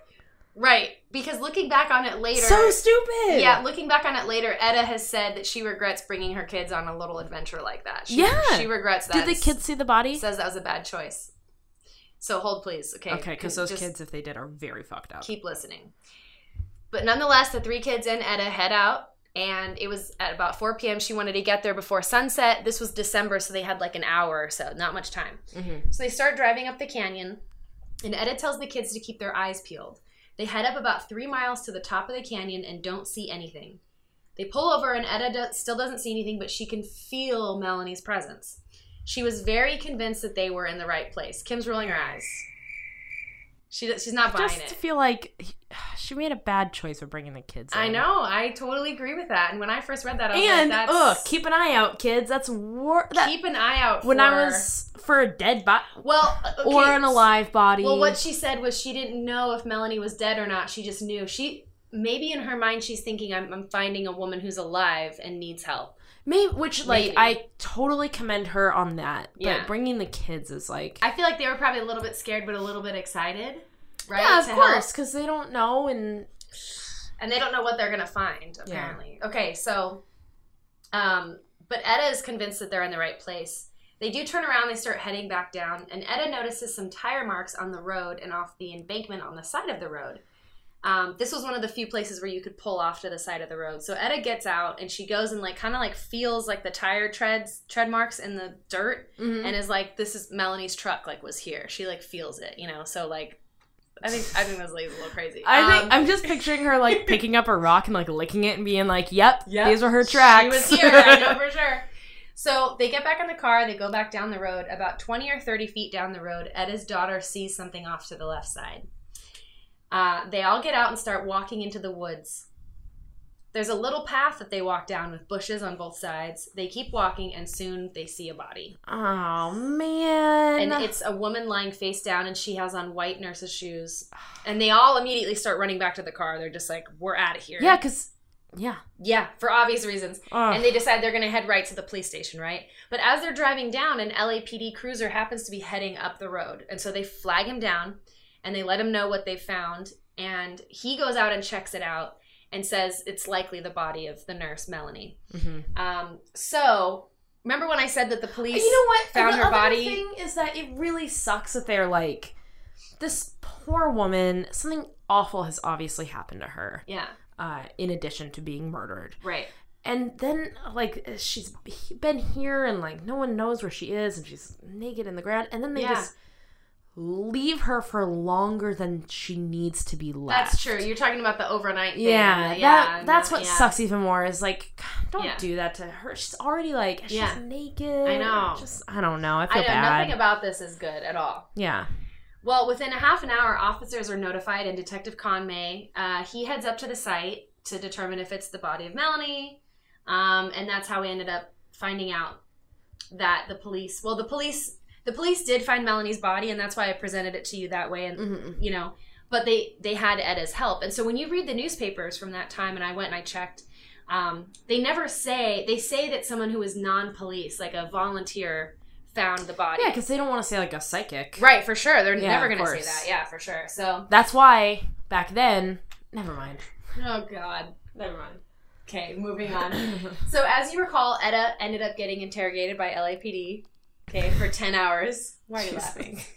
Speaker 1: Right, because looking back on it later,
Speaker 2: So stupid.
Speaker 1: Yeah, looking back on it later, Etta has said that she regrets bringing her kids on a little adventure like that. She,
Speaker 2: Yeah.
Speaker 1: she regrets that.
Speaker 2: Did the kids see the body?
Speaker 1: says that was a bad choice? So hold, please. Okay,
Speaker 2: Okay, because those
Speaker 1: just
Speaker 2: kids, if they did, are very fucked up.
Speaker 1: keep listening. But nonetheless, the three kids and Etta head out, and it was at about 4 p.m. She wanted to get there before sunset. This was December, so they had like an hour or so, not much time.
Speaker 2: Mm-hmm.
Speaker 1: So they start driving up the canyon, and Etta tells the kids to keep their eyes peeled. They head up about three miles to the top of the canyon and don't see anything. They pull over, and Etta do- still doesn't see anything, but she can feel Melanie's presence. She was very convinced that they were in the right place. Kim's rolling her eyes. She, she's not buying
Speaker 2: Just
Speaker 1: it.
Speaker 2: feel like he- she made a bad choice for bringing the kids.
Speaker 1: I
Speaker 2: in.
Speaker 1: know. I totally agree with that. And when I first read that, I was
Speaker 2: And
Speaker 1: like, that's,
Speaker 2: ugh, keep an eye out, kids. That's war. That,
Speaker 1: keep an eye out.
Speaker 2: when I
Speaker 1: for-
Speaker 2: was for a dead body
Speaker 1: well, uh, okay,
Speaker 2: or an alive body.
Speaker 1: Well, what she said was she didn't know if Melanie was dead or not. She just knew she. Maybe in her mind, she's thinking, "I'm, I'm finding a woman who's alive and needs help."
Speaker 2: Maybe, which like
Speaker 1: Maybe.
Speaker 2: I totally commend her on that. But
Speaker 1: Yeah.
Speaker 2: bringing the kids is like
Speaker 1: I feel like they were probably a little bit scared, but a little bit excited, right?
Speaker 2: yeah, of
Speaker 1: To help.
Speaker 2: course, because they don't know and
Speaker 1: and they don't know what they're gonna find apparently okay so um but edda is convinced that they're in the right place they do turn around they start heading back down and edda notices some tire marks on the road and off the embankment on the side of the road um, this was one of the few places where you could pull off to the side of the road so edda gets out and she goes and like kind of like feels like the tire treads tread marks in the dirt
Speaker 2: Mm-hmm.
Speaker 1: and is like this is melanie's truck like was here she like feels it you know so like i think i think this lady's a little crazy
Speaker 2: I think
Speaker 1: Um,
Speaker 2: I'm just picturing her like picking up a rock and like licking it and being like, "Yep,
Speaker 1: Yep.
Speaker 2: these were her tracks."
Speaker 1: She was here, I know for sure. So they get back in the car, they go back down the road. About 20 or 30 feet down the road, Edda's daughter sees something off to the left side. Uh, they all get out and start walking into the woods. There's a little path that they walk down with bushes on both sides. They keep walking, and soon they see a body.
Speaker 2: oh man!
Speaker 1: And
Speaker 2: uh,
Speaker 1: it's a woman lying face down, and she has on white nurse's shoes. And they all immediately start running back to the car. They're just like, we're out of here.
Speaker 2: yeah, because yeah,
Speaker 1: Yeah, for obvious reasons
Speaker 2: Ugh.
Speaker 1: and they decide they're going to head right to the police station, right? But as they're driving down, an LAPD cruiser happens to be heading up the road. And so they flag him down and they let him know what they found. And he goes out and checks it out and says it's likely the body of the nurse, Melanie.
Speaker 2: Mhm.
Speaker 1: Um, so remember when I said that the police.
Speaker 2: you know what?
Speaker 1: found
Speaker 2: the
Speaker 1: her
Speaker 2: other
Speaker 1: body.
Speaker 2: Thing is that it really sucks that they're like, this poor woman. Something awful has obviously happened to her.
Speaker 1: Yeah,
Speaker 2: Uh, in addition to being murdered,
Speaker 1: right.
Speaker 2: and then like she's been here and like no one knows where she is, and she's naked in the ground, and then they
Speaker 1: Yeah.
Speaker 2: just leave her for longer than she needs to be left.
Speaker 1: That's true. You're talking about the overnight thing.
Speaker 2: Yeah, that that's what
Speaker 1: yeah.
Speaker 2: sucks even more is like, God, don't
Speaker 1: Yeah.
Speaker 2: do that to her. She's already like, she's
Speaker 1: Yeah.
Speaker 2: naked.
Speaker 1: I know.
Speaker 2: Just I don't know. I
Speaker 1: I
Speaker 2: feel
Speaker 1: know
Speaker 2: bad.
Speaker 1: nothing about this is good at all.
Speaker 2: yeah.
Speaker 1: Well, within a half an hour, officers are notified, and Detective Conway uh, he heads up to the site to determine if it's the body of Melanie, um, and that's how we ended up finding out that the police. Well, the police the police did find Melanie's body, and that's why I presented it to you that way. And
Speaker 2: Mhm.
Speaker 1: you know but they they had edda's help and so when you read the newspapers from that time and i went and i checked um, they never say they say that someone who is non-police like a volunteer found the body
Speaker 2: Yeah, because they don't want to say like a psychic.
Speaker 1: right for sure they're
Speaker 2: Yeah,
Speaker 1: never
Speaker 2: of
Speaker 1: gonna say
Speaker 2: course.
Speaker 1: that yeah for sure so
Speaker 2: That's why back then. Never mind.
Speaker 1: oh god
Speaker 2: Never mind.
Speaker 1: okay moving on so as you recall edda ended up getting interrogated by lapd okay for 10 hours why are you
Speaker 2: She's-
Speaker 1: laughing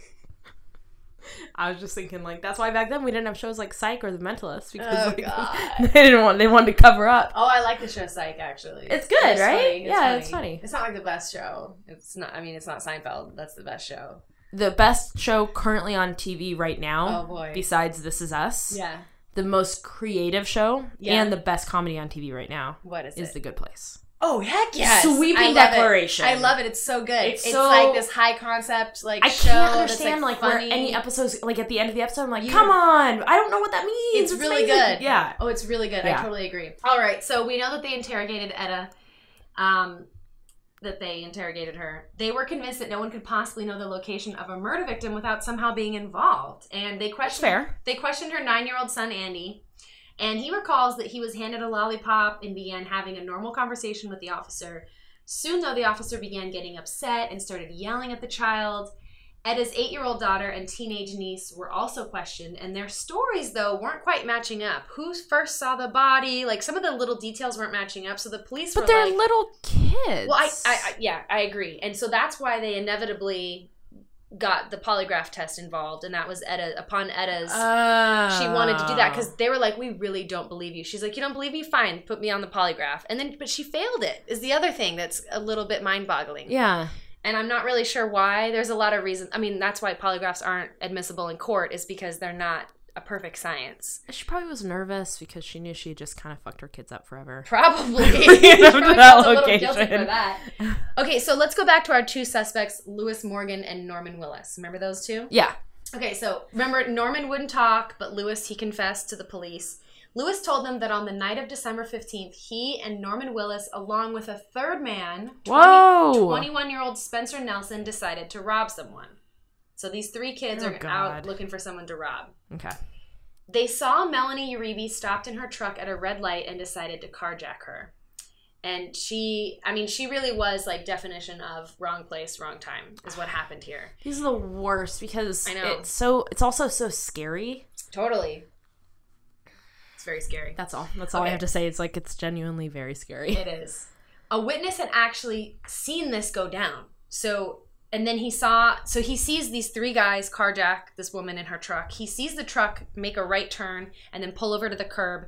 Speaker 2: I was just thinking like that's why back then we didn't have shows like Psych or The Mentalist because
Speaker 1: Oh,
Speaker 2: like,
Speaker 1: God.
Speaker 2: they didn't want they wanted to cover up.
Speaker 1: Oh, I like the show Psych actually.
Speaker 2: It's good, right?
Speaker 1: funny,
Speaker 2: Yeah, it's funny.
Speaker 1: It's not like the best show. It's not. I mean, it's not Seinfeld. That's the best show.
Speaker 2: The best show currently on TV right now,
Speaker 1: Oh, boy.
Speaker 2: besides This Is Us,
Speaker 1: Yeah.
Speaker 2: the most creative show
Speaker 1: Yeah.
Speaker 2: and the best comedy on TV right now
Speaker 1: What is,
Speaker 2: is
Speaker 1: it?
Speaker 2: The Good Place.
Speaker 1: oh heck
Speaker 2: Sweeping
Speaker 1: I love it.
Speaker 2: declaration.
Speaker 1: I love it. It's so good.
Speaker 2: It's
Speaker 1: It's,
Speaker 2: so-
Speaker 1: like this high concept like
Speaker 2: I
Speaker 1: show.
Speaker 2: can't
Speaker 1: that's,
Speaker 2: understand like, where
Speaker 1: funny.
Speaker 2: any episodes like at the end of the episode I'm like,
Speaker 1: You-
Speaker 2: come on, I don't know what that means.
Speaker 1: It's, really
Speaker 2: amazing."
Speaker 1: good.
Speaker 2: Yeah.
Speaker 1: Oh, it's really good.
Speaker 2: Yeah.
Speaker 1: I totally agree. All right. So we know that they interrogated Etta. Um, that they interrogated her. They were convinced that no one could possibly know the location of a murder victim without somehow being involved, and they
Speaker 2: That's
Speaker 1: questioned
Speaker 2: fair.
Speaker 1: They questioned her nine year old son, Andy, and he recalls that he was handed a lollipop and began having a normal conversation with the officer. Soon, though, the officer began getting upset and started yelling at the child. Edda's eight year old daughter and teenage niece were also questioned, and their stories, though, weren't quite matching up. Who first saw the body? Like, some of the little details weren't matching up, so the police
Speaker 2: But
Speaker 1: were
Speaker 2: they're
Speaker 1: like,
Speaker 2: little kids.
Speaker 1: well, I, I, I yeah, I agree, and so that's why they inevitably got the polygraph test involved, and that was Edda upon Edda's.
Speaker 2: Oh.
Speaker 1: she wanted to do that because they were like, "We really don't believe you." She's like, "You don't believe me? Fine, put me on the polygraph." And then, but she failed it. Is the other thing that's a little bit mind-boggling.
Speaker 2: Yeah.
Speaker 1: And I'm not really sure why. There's a lot of reasons. I mean, that's why polygraphs aren't admissible in court is because they're not a perfect science.
Speaker 2: She probably was nervous because she knew she just kind of fucked her kids up forever.
Speaker 1: Probably.
Speaker 2: Lead up to
Speaker 1: Probably
Speaker 2: that
Speaker 1: felt a little guilty
Speaker 2: location.
Speaker 1: for that. Okay, so let's go back to our two suspects, Lewis Morgan and Norman Willis. Remember those two?
Speaker 2: Yeah.
Speaker 1: Okay, so remember Norman wouldn't talk, but Lewis he confessed to the police. Lewis told them that on the night of December 15th, he and Norman Willis, along with a third man, 20
Speaker 2: Whoa.
Speaker 1: 21 year old Spencer Nelson, decided to rob someone. So these three kids
Speaker 2: Oh,
Speaker 1: are
Speaker 2: God.
Speaker 1: out looking for someone to rob.
Speaker 2: Okay.
Speaker 1: They saw Melanie Uribe stopped in her truck at a red light and decided to carjack her. And she, I mean, she really was like definition of wrong place, wrong time is what happened here.
Speaker 2: These are the worst because
Speaker 1: I know.
Speaker 2: it's so it's also so scary.
Speaker 1: Totally. It's very scary.
Speaker 2: That's all. That's all I
Speaker 1: Okay.
Speaker 2: have to say. It's like it's genuinely very scary.
Speaker 1: It is. A witness had actually seen this go down. So, and then he saw, so he sees these three guys carjack this woman in her truck. He sees the truck make a right turn and then pull over to the curb.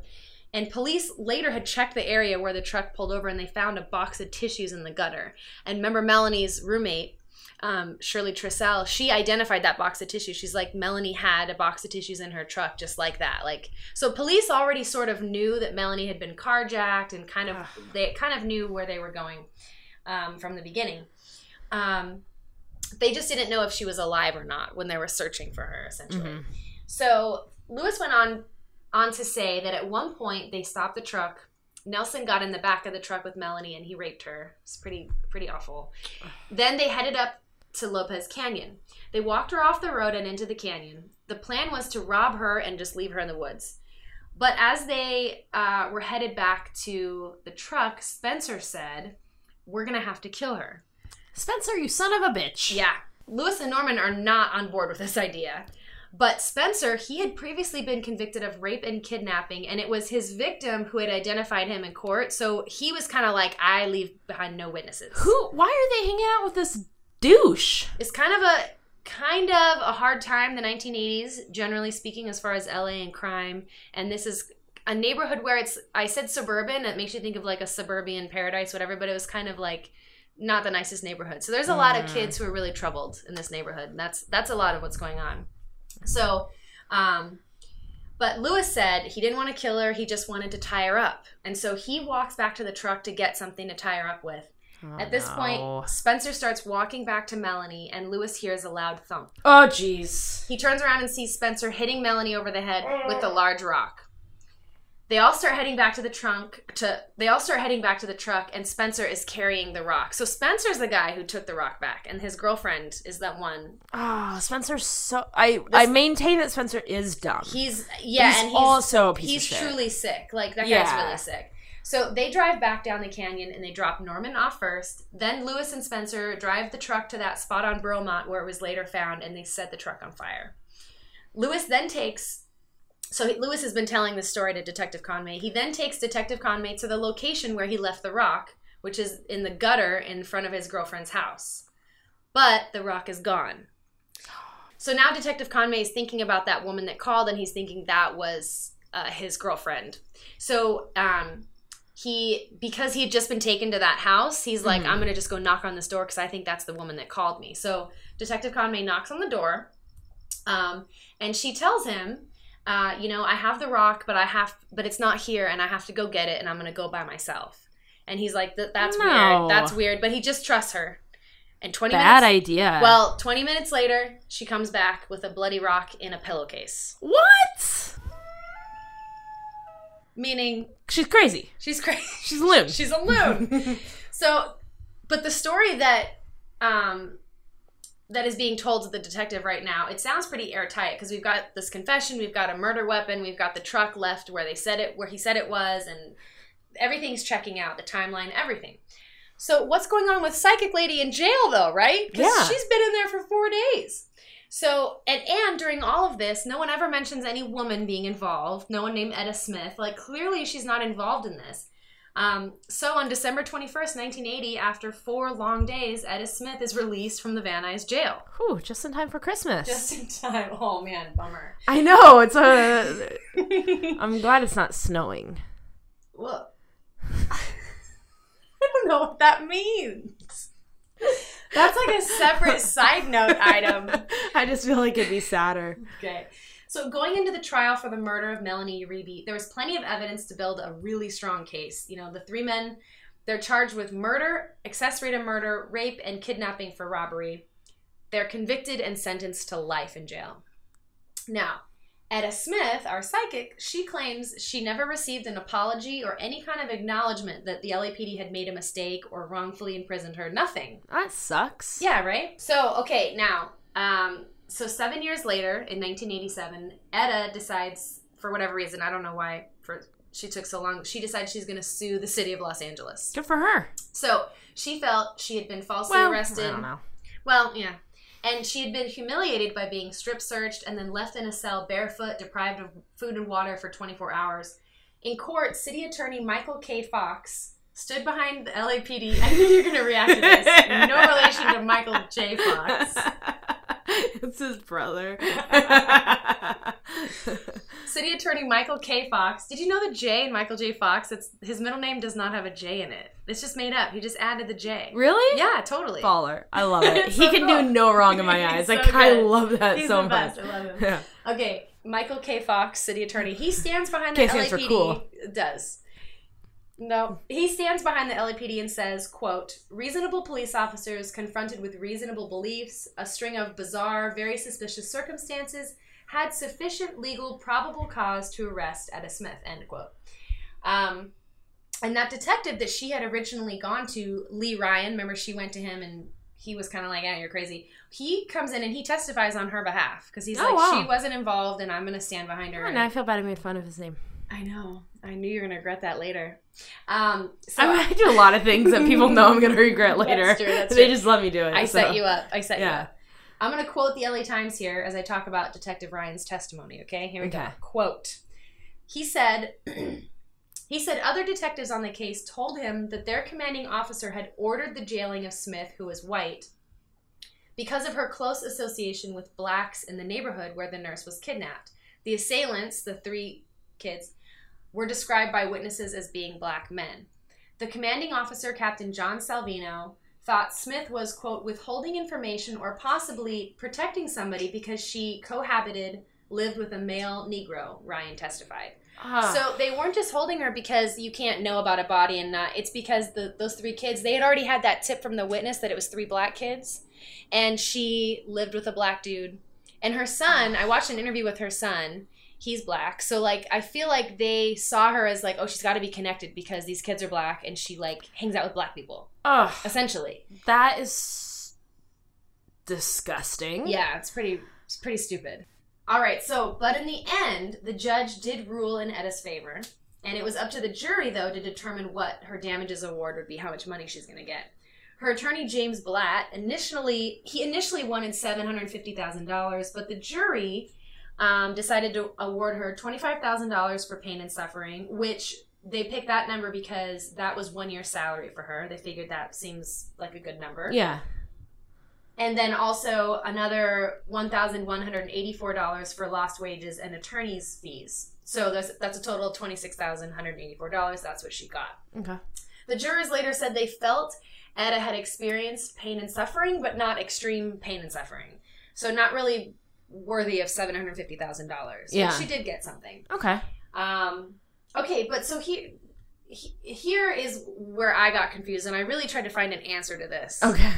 Speaker 1: And police later had checked the area where the truck pulled over and they found a box of tissues in the gutter. And remember Melanie's roommate, um, Shirley Trissell, she identified that box of tissues. She's like, Melanie had a box of tissues in her truck just like that. Like, so police already sort of knew that Melanie had been carjacked and kind of,
Speaker 2: Ugh.
Speaker 1: they kind of knew where they were going um, from the beginning. Um, they just didn't know if she was alive or not when they were searching for her, essentially.
Speaker 2: Mhm.
Speaker 1: So Lewis went on on to say that at one point they stopped the truck. Nelson got in the back of the truck with Melanie and he raped her. It's pretty pretty awful. Then they headed up to Lopez Canyon. They walked her off the road and into the canyon. The plan was to rob her and just leave her in the woods. But as they uh, were headed back to the truck, Spencer said, "We're gonna have to kill her."
Speaker 2: Spencer, you son of a bitch.
Speaker 1: Yeah. Lewis and Norman are not on board with this idea. But Spencer, he had previously been convicted of rape and kidnapping, and it was his victim who had identified him in court. So he was kind of like, I leave behind no witnesses.
Speaker 2: Who? Why are they hanging out with this douche?
Speaker 1: It's kind of a kind of a hard time the 1980s generally speaking as far as la and crime and this is a neighborhood where it's i said suburban it makes you think of like a suburban paradise whatever but it was kind of like not the nicest neighborhood so there's a lot of
Speaker 2: Mm.
Speaker 1: kids who are really troubled in this neighborhood and that's that's a lot of what's going on so um but lewis said he didn't want to kill her he just wanted to tie her up and so he walks back to the truck to get something to tie her up with
Speaker 2: Oh,
Speaker 1: at this point, Spencer starts walking back to Melanie, and Lewis hears a loud thump.
Speaker 2: Oh jeez.
Speaker 1: He turns around and sees Spencer hitting Melanie over the head with a large rock. They all start heading back to the trunk. To they all start heading back to the truck, and Spencer is carrying the rock. So Spencer's the guy who took the rock back, and his girlfriend is that one.
Speaker 2: Oh, Spencer's so. I I maintain that Spencer is dumb.
Speaker 1: He's yeah,
Speaker 2: He's
Speaker 1: and he's
Speaker 2: also a piece
Speaker 1: he's
Speaker 2: of shit.
Speaker 1: truly sick. Like that
Speaker 2: Yeah.
Speaker 1: guy's really sick. So they drive back down the canyon and they drop Norman off first. Then Lewis and Spencer drive the truck to that spot on Bromont where it was later found, and they set the truck on fire. Lewis then takes. So he- Lewis has been telling this story to Detective Conway. He then takes Detective Conway to the location where he left the rock, which is in the gutter in front of his girlfriend's house. But the rock is gone. So now Detective Conway is thinking about that woman that called, and he's thinking that was uh, his girlfriend. So um, he, because he had just been taken to that house, he's like,
Speaker 2: Mhm.
Speaker 1: I'm going to just go knock on this door because I think that's the woman that called me. So Detective Conway knocks on the door, um, and she tells him. Uh, you know, I have the rock, but I have, but it's not here, and I have to go get it, and I'm gonna go by myself. And he's like, "That- "That's
Speaker 2: No.
Speaker 1: weird. That's weird." But he just trusts her. And twenty
Speaker 2: Bad
Speaker 1: minutes,
Speaker 2: idea.
Speaker 1: well, 20 minutes later, she comes back with a bloody rock in a pillowcase,
Speaker 2: what?
Speaker 1: meaning
Speaker 2: She's crazy.
Speaker 1: she's crazy.
Speaker 2: She's loon.
Speaker 1: she's a loon. so, but the story that um, that is being told to the detective right now, it sounds pretty airtight because we've got this confession, we've got a murder weapon, we've got the truck left where they said it, where he said it was, and everything's checking out, the timeline, everything. So what's going on with Psychic Lady in jail though, right? Because
Speaker 2: Yeah.
Speaker 1: she's been in there for four days. So and and during all of this, no one ever mentions any woman being involved. No one named Etta Smith. Like clearly she's not involved in this. Um, so on December 21st, 1980, after four long days, Etta Smith is released from the Van Nuys jail.
Speaker 2: Whew, just in time for Christmas.
Speaker 1: Just in time. Oh man, bummer.
Speaker 2: I know it's a. I'm glad it's not snowing.
Speaker 1: Look. I don't know what that means. That's like a separate side note item.
Speaker 2: I just feel like it'd be sadder.
Speaker 1: Okay. So going into the trial for the murder of Melanie Uribe, there was plenty of evidence to build a really strong case. You know, the three men, they're charged with murder, accessory to murder, rape, and kidnapping for robbery. They're convicted and sentenced to life in jail. Now, Etta Smith, our psychic, she claims she never received an apology or any kind of acknowledgement that the LAPD had made a mistake or wrongfully imprisoned her. Nothing.
Speaker 2: That sucks.
Speaker 1: Yeah, right? So, okay, now, um, so seven years later, in 1987, Etta decides, for whatever reason, I don't know why, for she took so long, she decides she's going to sue the city of Los Angeles.
Speaker 2: Good for her.
Speaker 1: So she felt she had been falsely
Speaker 2: well,
Speaker 1: arrested.
Speaker 2: I don't know.
Speaker 1: Well, yeah. And she had been humiliated by being strip searched and then left in a cell barefoot, deprived of food and water for 24 hours. In court, city attorney Michael K. Fox stood behind the LAPD. I knew you were going to react to this. No relation to Michael J. Fox.
Speaker 2: it's his brother.
Speaker 1: City attorney Michael K. Fox. Did you know the J in Michael J. Fox? It's his middle name does not have a J in it. It's just made up. He just added the J.
Speaker 2: really?
Speaker 1: Yeah, totally.
Speaker 2: Baller. I love it.
Speaker 1: It's
Speaker 2: He
Speaker 1: so
Speaker 2: can
Speaker 1: cool.
Speaker 2: do no wrong in my
Speaker 1: He's
Speaker 2: eyes.
Speaker 1: so
Speaker 2: like I
Speaker 1: good.
Speaker 2: love that
Speaker 1: He's
Speaker 2: so
Speaker 1: the
Speaker 2: much.
Speaker 1: best. I love him.
Speaker 2: Yeah.
Speaker 1: Okay, Michael K. Fox, city attorney. He stands behind the
Speaker 2: K stands for
Speaker 1: LAPD.
Speaker 2: cool.
Speaker 1: Does. No, he stands behind the LAPD and says, "quote Reasonable police officers confronted with reasonable beliefs, a string of bizarre, very suspicious circumstances, had sufficient legal probable cause to arrest Etta Smith." End quote. Um, and that detective that she had originally gone to, Lee Ryan, remember she went to him and he was kind of like, "Yeah, you're crazy." He comes in and he testifies on her behalf because he's
Speaker 2: Oh,
Speaker 1: like,
Speaker 2: wow.
Speaker 1: "She wasn't involved, and I'm going to stand behind her."
Speaker 2: Oh, now I feel bad I made fun of his name.
Speaker 1: I know. I knew you were going to regret that later. Um, so
Speaker 2: I, mean, I do a lot of things that people know I'm going to regret later.
Speaker 1: That's true, that's
Speaker 2: they
Speaker 1: true.
Speaker 2: just let me do it.
Speaker 1: I
Speaker 2: so.
Speaker 1: set you up. I set you
Speaker 2: Yeah.
Speaker 1: up. I'm going to quote the LA Times here as I talk about Detective Ryan's testimony, okay? Here we go.
Speaker 2: Okay.
Speaker 1: Quote. He said he said other detectives on the case told him that their commanding officer had ordered the jailing of Smith, who was white, because of her close association with blacks in the neighborhood where the nurse was kidnapped. The assailants, the three kids, were described by witnesses as being black men. The commanding officer, Captain John Salvino, thought Smith was, quote, withholding information or possibly protecting somebody because she cohabited, lived with a male Negro, Ryan testified.
Speaker 2: Ah.
Speaker 1: So they weren't just holding her because you can't know about a body and not. It's because the, those three kids, they had already had that tip from the witness that it was three black kids. And she lived with a black dude. And her son, I watched an interview with her son. He's black. So, like, I feel like they saw her as, like, oh, she's got to be connected because these kids are black and she, like, hangs out with black people,
Speaker 2: Ugh,
Speaker 1: essentially.
Speaker 2: that is disgusting.
Speaker 1: Yeah, it's pretty it's pretty stupid. All right, so but in the end, the judge did rule in Etta's favor, and it was up to the jury though to determine what her damages award would be, how much money she's going to get. Her attorney James Blatt initially he initially wanted seven hundred fifty thousand dollars, but the jury um, decided to award her twenty five thousand dollars for pain and suffering, which they picked that number because that was one year's salary for her. They figured that seems like a good number.
Speaker 2: Yeah.
Speaker 1: And then also another $1,184 for lost wages and attorney's fees. So that's, that's a total of $26,184. That's what she got.
Speaker 2: Okay.
Speaker 1: The jurors later said they felt Etta had experienced pain and suffering, but not extreme pain and suffering. So not really worthy of $750,000. But
Speaker 2: Yeah.
Speaker 1: She did get something.
Speaker 2: Okay.
Speaker 1: Um, okay, but so here, he, here is where I got confused, and I really tried to find an answer to this.
Speaker 2: Okay.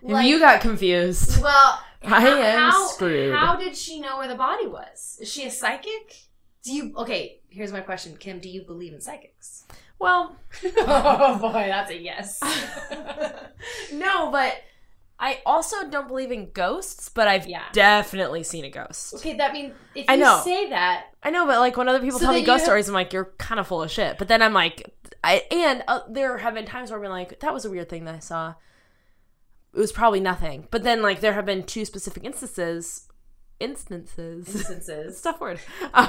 Speaker 2: If
Speaker 1: Like-
Speaker 2: you got confused.
Speaker 1: Well,
Speaker 2: I
Speaker 1: how-
Speaker 2: am
Speaker 1: how,
Speaker 2: screwed.
Speaker 1: How did she know where the body was? Is she a psychic? Do you okay? Here's my question, Kim. Do you believe in psychics?
Speaker 2: Well,
Speaker 1: oh boy, that's a yes.
Speaker 2: no, but I also don't believe in ghosts, but I've
Speaker 1: Yeah.
Speaker 2: definitely seen a ghost.
Speaker 1: okay, that means if
Speaker 2: I
Speaker 1: you
Speaker 2: know.
Speaker 1: say that,
Speaker 2: I know, but like when other people
Speaker 1: So
Speaker 2: tell
Speaker 1: then
Speaker 2: me
Speaker 1: you
Speaker 2: ghost
Speaker 1: have-
Speaker 2: stories, I'm like, you're kind of full of shit. But then I'm like, I and uh, there have been times where I've been like, that was a weird thing that I saw. It was probably nothing. But then like there have been two specific instances, instances, it's a
Speaker 1: instances,
Speaker 2: tough word, um,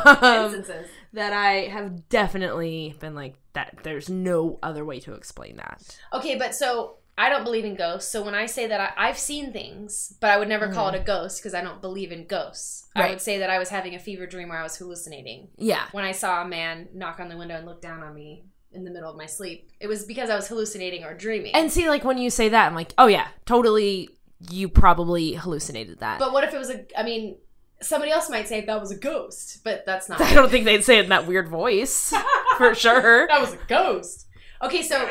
Speaker 1: instances.
Speaker 2: that I have definitely been like that. There's no other way to explain that.
Speaker 1: Okay, but so I don't believe in ghosts. So when I say that I, I've seen things, but I would never call it a ghost because I don't believe in ghosts. I
Speaker 2: Mm. Right.
Speaker 1: would say that I was having a fever dream where I was hallucinating.
Speaker 2: Yeah,
Speaker 1: when I saw a man knock on the window and look down on me in the middle of my sleep. It was because I was hallucinating or dreaming.
Speaker 2: and see, like when you say that, I'm like, oh yeah, totally. You probably hallucinated that.
Speaker 1: but what if it was a? I mean, somebody else might say that was a ghost, but that's not.
Speaker 2: I don't think they'd say it in that weird voice, for sure.
Speaker 1: that was a ghost. Okay, so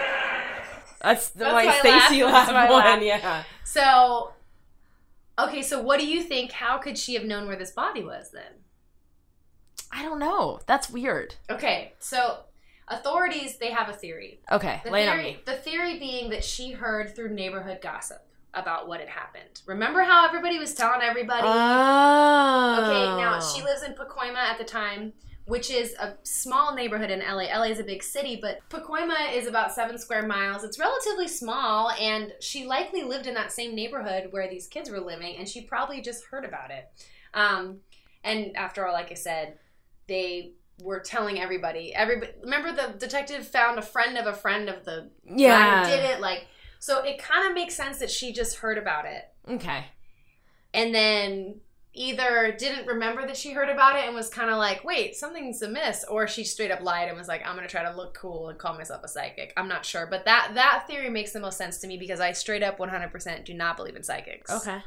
Speaker 2: That's the
Speaker 1: That's my
Speaker 2: my
Speaker 1: laugh.
Speaker 2: Stacy
Speaker 1: That's
Speaker 2: laugh
Speaker 1: my
Speaker 2: one.
Speaker 1: laugh.
Speaker 2: Yeah.
Speaker 1: so Okay, so what do you think? How could she have known where this body was then?
Speaker 2: I don't know. That's weird.
Speaker 1: Okay, so authorities they have a theory.
Speaker 2: Okay,
Speaker 1: The
Speaker 2: lay it on
Speaker 1: theory,
Speaker 2: me.
Speaker 1: the theory being that she heard through neighborhood gossip about what had happened. Remember how everybody was telling everybody?
Speaker 2: Oh.
Speaker 1: Okay, now she lives in Pacoima at the time, which is a small neighborhood in LA. LA is a big city, but Pacoima is about seven square miles. It's relatively small, and she likely lived in that same neighborhood where these kids were living, and she probably just heard about it. Um, and after all, like I said, they were telling everybody. Everybody, remember the detective found a friend of a friend of the guy
Speaker 2: Yeah.
Speaker 1: who did it. Like, so it kind of makes sense that she just heard about it
Speaker 2: Okay.
Speaker 1: and then either didn't remember that she heard about it and was kind of like, wait, something's amiss, or she straight up lied and was like, I'm gonna try to look cool and call myself a psychic. I'm not sure, but that that theory makes the most sense to me because I straight up 100% do not believe in psychics.
Speaker 2: Okay.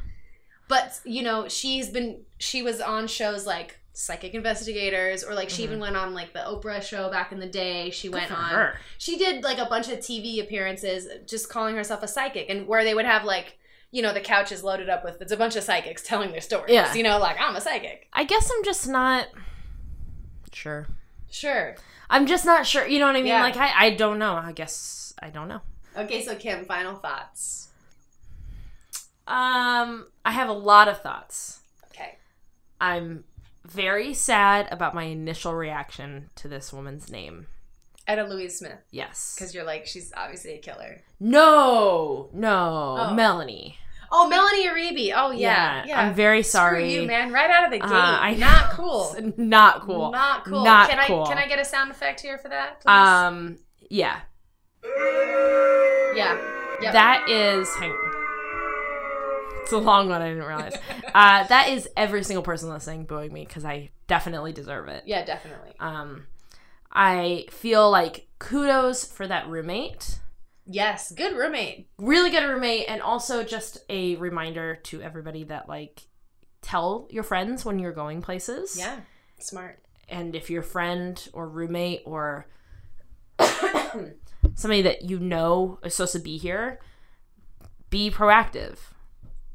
Speaker 1: but you know, she's been she was on shows like Psychic Investigators, or like she
Speaker 2: Mhm.
Speaker 1: even went on like the Oprah show back in the day. She
Speaker 2: Good
Speaker 1: went
Speaker 2: for
Speaker 1: on.
Speaker 2: her.
Speaker 1: She did like a bunch of TV appearances just calling herself a psychic and where they would have like, you know, the couches loaded up with it's a bunch of psychics telling their stories.
Speaker 2: Yeah.
Speaker 1: You know, like I'm a psychic.
Speaker 2: I guess I'm just not sure.
Speaker 1: Sure.
Speaker 2: I'm just not sure. You know what I mean?
Speaker 1: Yeah.
Speaker 2: Like I, I don't know. I guess I don't know.
Speaker 1: Okay, so Kim, final thoughts.
Speaker 2: Um, I have a lot of thoughts.
Speaker 1: Okay.
Speaker 2: I'm very sad about my initial reaction to this woman's name.
Speaker 1: Etta Louise Smith,
Speaker 2: Yes.
Speaker 1: because you're like, she's obviously a killer.
Speaker 2: No, no,
Speaker 1: Oh.
Speaker 2: Melanie.
Speaker 1: Oh, Melanie Uribe. Oh, yeah. Yeah.
Speaker 2: I'm very sorry.
Speaker 1: Screw you, man. Right out of the gate.
Speaker 2: Uh, I
Speaker 1: Not
Speaker 2: know.
Speaker 1: cool.
Speaker 2: It's Not cool.
Speaker 1: Not cool.
Speaker 2: Not
Speaker 1: can
Speaker 2: cool.
Speaker 1: I can I get a sound effect here for that? Please?
Speaker 2: Um, yeah.
Speaker 1: yeah. Yep.
Speaker 2: That is. Hang It's a long one. I didn't realize. uh, that is every single person listening booing me because I definitely deserve it.
Speaker 1: Yeah, definitely.
Speaker 2: Um, I feel like kudos for that roommate.
Speaker 1: Yes. Good roommate.
Speaker 2: Really good roommate, and also just a reminder to everybody that like tell your friends when you're going places.
Speaker 1: Yeah. Smart.
Speaker 2: and if your friend or roommate or somebody that you know is supposed to be here, be proactive.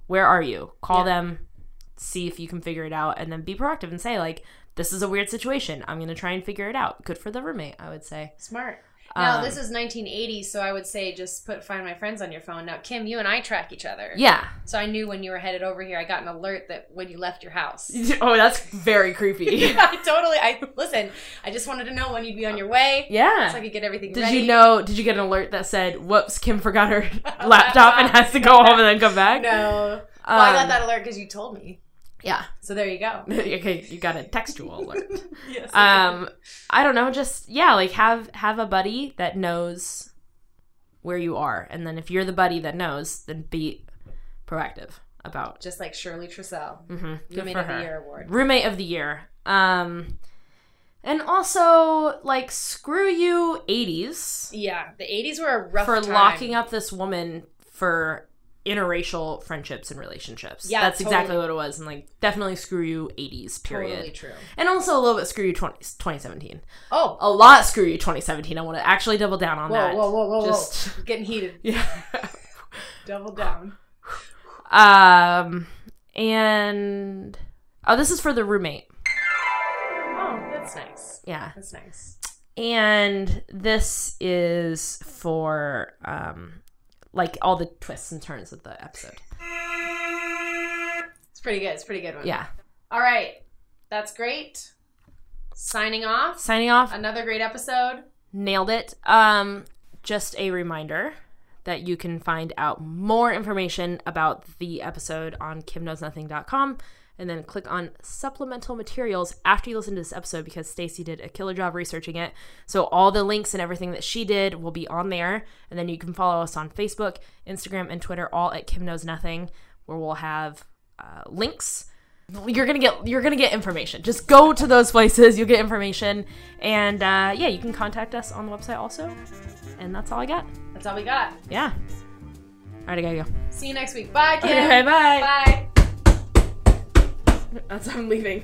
Speaker 2: Where are you? Call
Speaker 1: Yeah.
Speaker 2: them, see if you can figure it out, and then be proactive and say, like, this is a weird situation. I'm going to try and figure it out. Good for the roommate, I would say.
Speaker 1: Smart. Now
Speaker 2: Um,
Speaker 1: this is 1980, so I would say just put find my friends on your phone. Now Kim, you and I track each other.
Speaker 2: Yeah.
Speaker 1: So I knew when you were headed over here. I got an alert that when you left your house.
Speaker 2: Oh, that's very creepy.
Speaker 1: I totally. I listen. I just wanted to know when you'd be on your way,
Speaker 2: yeah.
Speaker 1: so I could get everything
Speaker 2: Did
Speaker 1: ready.
Speaker 2: you know? Did you get an alert that said, "Whoops, Kim forgot her laptop and has to go home and then come back"?
Speaker 1: No. well, I got
Speaker 2: Um,
Speaker 1: that alert because you told me.
Speaker 2: Yeah.
Speaker 1: So there you go.
Speaker 2: okay, you got a textual alert.
Speaker 1: yes.
Speaker 2: um i don't know just yeah like have have a buddy that knows where you are and then if you're the buddy that knows then be proactive about
Speaker 1: just like Shirley Trussell,
Speaker 2: mm-hmm.
Speaker 1: Roommate of the Year award.
Speaker 2: roommate of the year um and also like screw you 80s
Speaker 1: Yeah, the 80s were a rough
Speaker 2: for
Speaker 1: time.
Speaker 2: locking up this woman for interracial friendships and relationships
Speaker 1: Yeah,
Speaker 2: that's exactly
Speaker 1: totally.
Speaker 2: what it was and like definitely screw you 80s period
Speaker 1: Totally true.
Speaker 2: and also a little bit screw you 20, 2017
Speaker 1: Oh,
Speaker 2: a lot screw you 2017 i want to actually double down on
Speaker 1: whoa,
Speaker 2: that
Speaker 1: whoa, whoa, whoa, whoa!
Speaker 2: just
Speaker 1: Getting heated.
Speaker 2: yeah
Speaker 1: Double down.
Speaker 2: um and oh this is for the roommate
Speaker 1: Oh, that's nice.
Speaker 2: yeah
Speaker 1: That's nice.
Speaker 2: and this is for um like all the twists and turns of the episode
Speaker 1: It's pretty good. It's a pretty good one.
Speaker 2: yeah
Speaker 1: All right. That's great. Signing off.
Speaker 2: signing off
Speaker 1: Another great episode.
Speaker 2: Nailed it. Um, just a reminder that you can find out more information about the episode on kimknowsnothing.com and then click on supplemental materials after you listen to this episode because Stacy did a killer job researching it. So all the links and everything that she did will be on there. And then you can follow us on Facebook, Instagram, and Twitter, all at Kim Knows Nothing, where we'll have uh, links you're gonna get you're gonna get information just go to those places you'll get information and uh, yeah you can contact us on the website also and that's all i got
Speaker 1: That's all we got.
Speaker 2: yeah all right i gotta go
Speaker 1: See you next week. Bye, Kim.
Speaker 2: okay
Speaker 1: Bye.
Speaker 2: bye that's i'm leaving